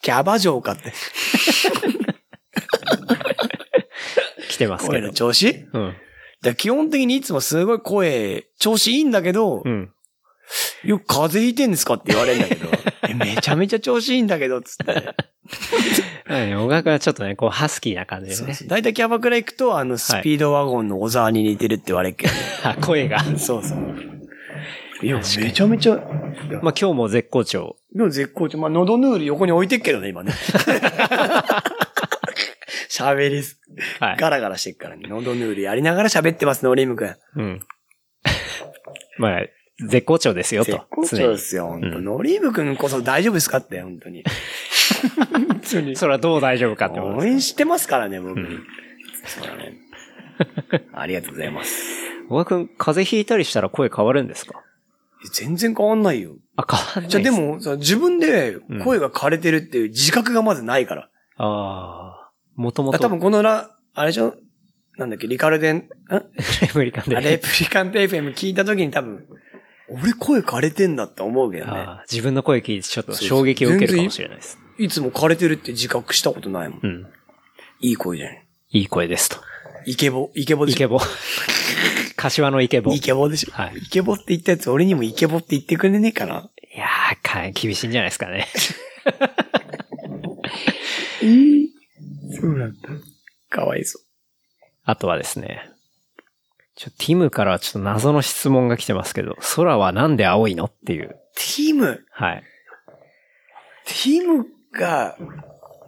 キャバ嬢か って。来てますけ声どの。調子うん。で基本的にいつもすごい声、調子いいんだけど、うん。よく風邪ひいてんですかって言われるんだけど、 えめちゃめちゃ調子いいんだけど、つって。はい、小川君はちょっとね、こう、ハスキーな感じでね。だいたいキャバクラ行くと、あの、スピードワゴンの小沢に似てるって言われるけど、あ声が。 そうそう。いや、確かにめちゃめちゃ、 まあ、今日も絶好調。でも絶好調。まあ、喉ヌール横に置いてっけどね、今 ね。喋りす、はい。ガラガラしてっからね。喉ヌールやりながら喋ってますね、オリム君。うん。 まあ、絶好調ですよと。絶好調ですよ、本当ノリーブ君こそ大丈夫ですかって、本 当に。本当常にに。それはどう大丈夫かってこと応です。援してますからね、僕に。うんそうだ ね。ありがとうございます。小川君、風邪ひいたりしたら声変わるんですか全然変わんないよ。あ、変わんない。じゃあですも、さ自分で声が枯れてるっていう自覚がまずないから。ああ。もともだと。から 多分このラ、あれでしょなんだっけ、リカルデン、んレプリカンで。あレプリカント FM 聞いた時に多分、俺声枯れてんだって思うけどね。あー自分の声聞いてちょっと衝撃を受けるかもしれないです。いつも枯れてるって自覚したことないもん。うん。いい声じゃん。いい声ですと。イケボ、イケボでイしょ ケボ。柏のイケボ。イケボでしょ、はいイケボって言ったやつ、俺にもイケボって言ってくれねえかないやーか、厳しいんじゃないですかね。そうなんだ。かわいそあとはですね。ちょ、ティムからはちょっと謎の質問が来てますけど、空はなんで青いのっていう。う。ティム、はい。ティムが、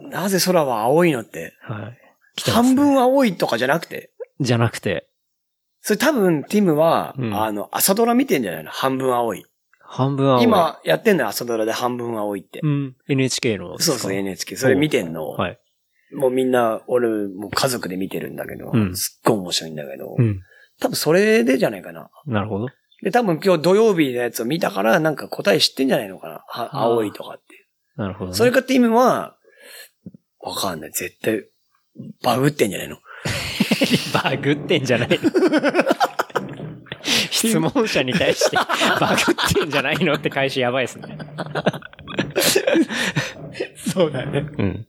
なぜ空は青いのって、はい。来てます半分青いとかじゃなくて、じゃなくて、それ多分ティムは、うんあの、朝ドラ見てんじゃないの半分青い。半分青い。。今やってんのよ朝ドラで半分青いって。うん。NHK の。そうそう、NHK。それ見てんの。はい。もうみんな、俺、もう家族で見てるんだけど、うんすっごい面白いんだけど、うん。多分それでじゃないかな。なるほど。で、多分今日土曜日のやつを見たから、なんか答え知ってんじゃないのかな。はあー青いとかって。なるほど、ね。それかって意味は、わかんない。絶対、バグってんじゃないのバグってんじゃないの 質問者に対して、バグってんじゃないのって返しやばいですね。そうだね。うん。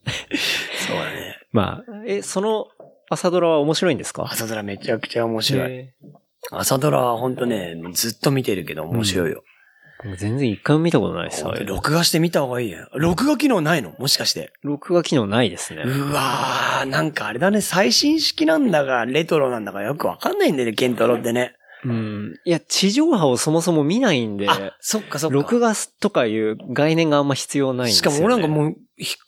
そうだね。まあ、え、その朝ドラは面白いんですか朝ドラめちゃくちゃ面白い。え朝ドラはほんとね、ずっと見てるけど面白いよ。ー僕全然一回も見たことないですほんと録画してみた方がいいや。録画機能ないのもしかして。録画機能ないですね。うわー、なんかあれだね、最新式なんだか、レトロなんだかよくわかんないんだよね、ケンタロウってね。うん。いや、地上波をそもそも見ないんで、あ、そっかそっか。録画とかいう概念があんま必要ないんですしよ、かね。も俺なんかもう、引っ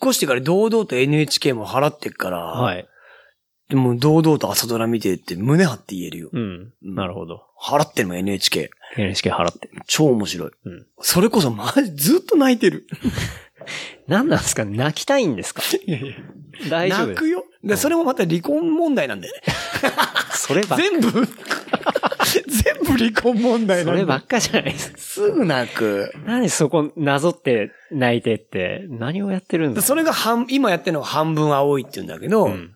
越してから堂々と NHK も払ってっから、はい。でも堂々と朝ドラ見てって胸張って言えるよ。うん。なるほど。払ってるもん NHK。 NHK 払って。超面白い。うんそれこそまじ、ずっと泣いてる。何なんですか泣きたいんですか大丈夫泣でくよ。で、それもまた離婚問題なんだよね。す。そればっか、全部、全部離婚問題そなんだれよばっかじゃないですか。すぐ泣く。何そこなぞって泣いてって、何をやってるんでだそれが半、今やってるのが半分青いって言うんだけど、うん。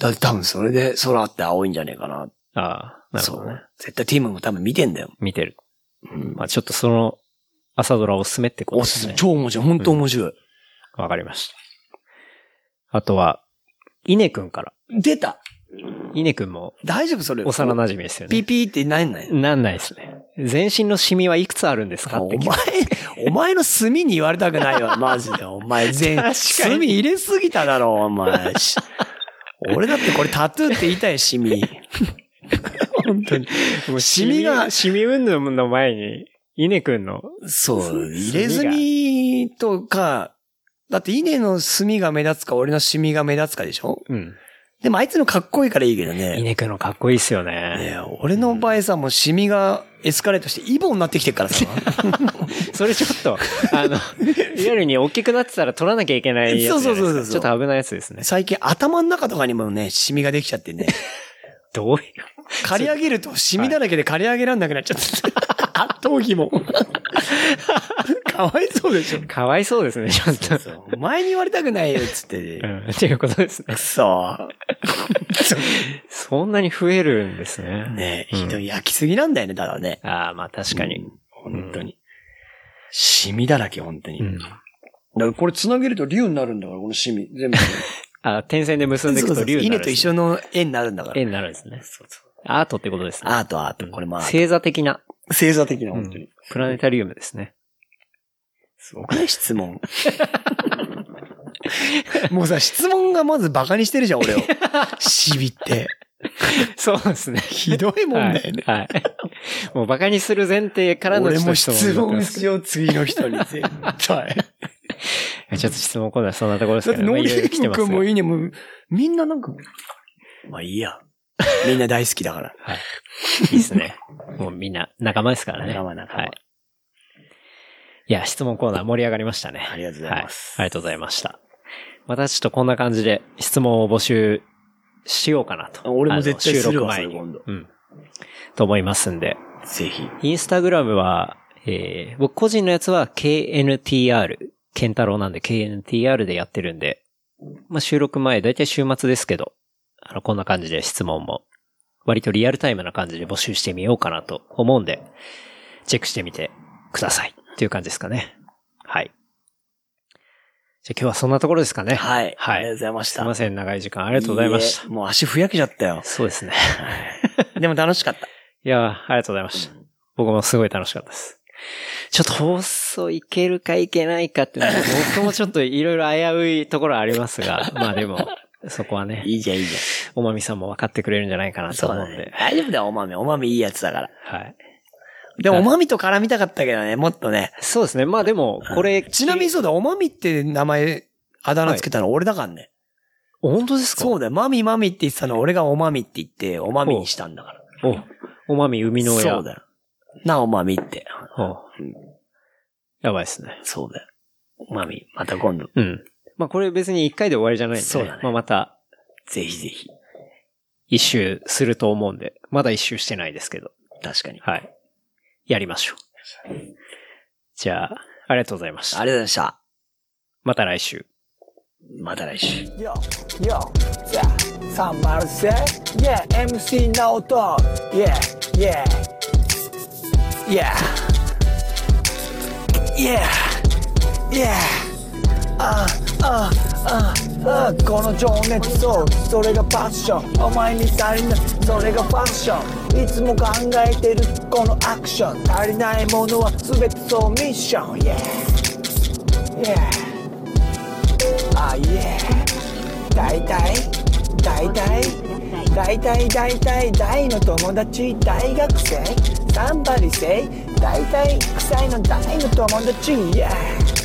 だ多分それで空って青いんじゃねえかな。ああ、なるほどそねう。。絶対ティムも多分見てんだよ。見てる。うんまあちょっとその、朝ドラおすすめってことおですすすめね。超面白い。本当面白い。わかりました。あとは、イネくんから。出たイネくんも大丈夫それ。幼馴染みですよピね。ピーってなんないなんないですね。全身のシミはいくつあるんですかおって前聞く。、お前 の炭に言われたくないわ、マジで。お前、全、炭入れすぎただろ、お前。し俺だってこれタトゥーって言いたい、シミ。本当に。もうシミがシミ云々の前に、イネくんの、そう、炭入れ墨とか、だって稲の炭が目立つか、俺のシミが目立つかでしょうん。でもあいつのかっこいいからいいけどね。イねネくんのかっこいいっすよね。え俺の場合さ、もうシミがエスカレートしてイボになってきてるか らさ。それちょっと、あの、リアルに大きくなってたら取らなきゃいけないやつじゃないですか。そうそうそうそうちょっと危ないやつですね。最近頭の中とかにもね、シミができちゃってね。どういう。刈り上げると、シミだらけで刈り上げらんなくなっちゃ った。圧倒費も。 かわいそうでしょ。かわいそうですね、ちょっと。お前に言われたくないよ、つってうね。ん、っていうことですね。くそ。そんなに増えるんですね。ねうえ、んひどい焼きすぎなんだよね、ただね。ああ、まあ確かに。うん。本当に。シミだらけ、本当に。うん。だからこれ繋げると竜になるんだから、この趣味。 全部。あ、点線で結んでいくと竜になる稲んとで一すね、緒の絵になるんだから。絵になるんですね。アートってことですね。アート、アート。これまあ、星座的な、星座的な、うん本当に。プラネタリウムですね。すごくない 質問。もうさ、質問がまずバカにしてるじゃん、 俺を。シビって。そうですね。ひどいもんだよね。はい。はいもうバカにする前提からの俺もちょっとに質なって問ましすよう、次の人に。絶 対。ちょっと質問コーナーそんなところですだっけて、ど、ノまあーいろいリろ来てまーグすよ君もいいね、もう、みんななんか、まあいいや。みんな大好きだ から。はい。いいですね。もうみんな仲間ですからね。仲間仲間はい。いや、質問コーナー盛り上がりましたね。ありがとうございますはありがとうございました。またちょっとこんな感じで質問を募集しようかなと。俺もあの絶対するわ収録前それ今に度。うん。と思いますんで。ぜひ。インスタグラムは、えー、僕個人のやつは KNTR、ケンタロウなんで KNTR でやってるんで、まあ、収録前、だいたい週末ですけど、あの、こんな感じで質問も、割とリアルタイムな感じで募集してみようかなと思うんで、チェックしてみてください。っていう感じですかね。はい。じゃあ今日はそんなところですかね。はい。はいありがとうございましすた。いません、長い時間ありあがとうございました。もう足ふやけちゃったよ。そうですね。 でも楽しかった。いやー、ありがとうございました。僕もすごい楽しかったです。ちょっと放送いけるかいけないかって、 僕もちょっといろいろ危ういところありますが、まあでも、そこはね、いいじゃん、いいじゃ。おまみさんも分かってくれるんじゃないかなんとそう思うだんで。ね。大丈夫だよ、お豆。お豆いいやつ だから。はい。ではも、いおまみと絡みたかったけどね、もっとね。そうですね。まあでも、これ、ちなみにそうだ、おまみって名前、あだ名はいつけたの俺だからね。本当ですかそうだよ、まみまみって言ってたの俺がおまみって言って、おまみにしたんだから。お、おまみ生みの親。そうだよ。なあ、おまみって。ほううんやばいですね。そうだよ。おまみ、また今度、うん。まあこれ別に一回で終わりじゃないんで、そうだねまあまたぜひぜひ。一周すると思うんで、まだ一周してないですけど。確かに。はい。やりましょう。じゃあ、ありがとうございましあた。りがとうございました。また来週。また来週。 Yo, yo, yeah, 306 Yeah, MC Naoto Yeah, yeah Yeah Yeah Yeah ああああこの情熱そうそれがパッションお前に足りないそれがファッションいつも考えてるこのアクション足りないものは全てそうミッション Yeah Yeah あいえ大体大体大体大体大の友達大学生サンバリセイ大体臭いの大の友達 Yeah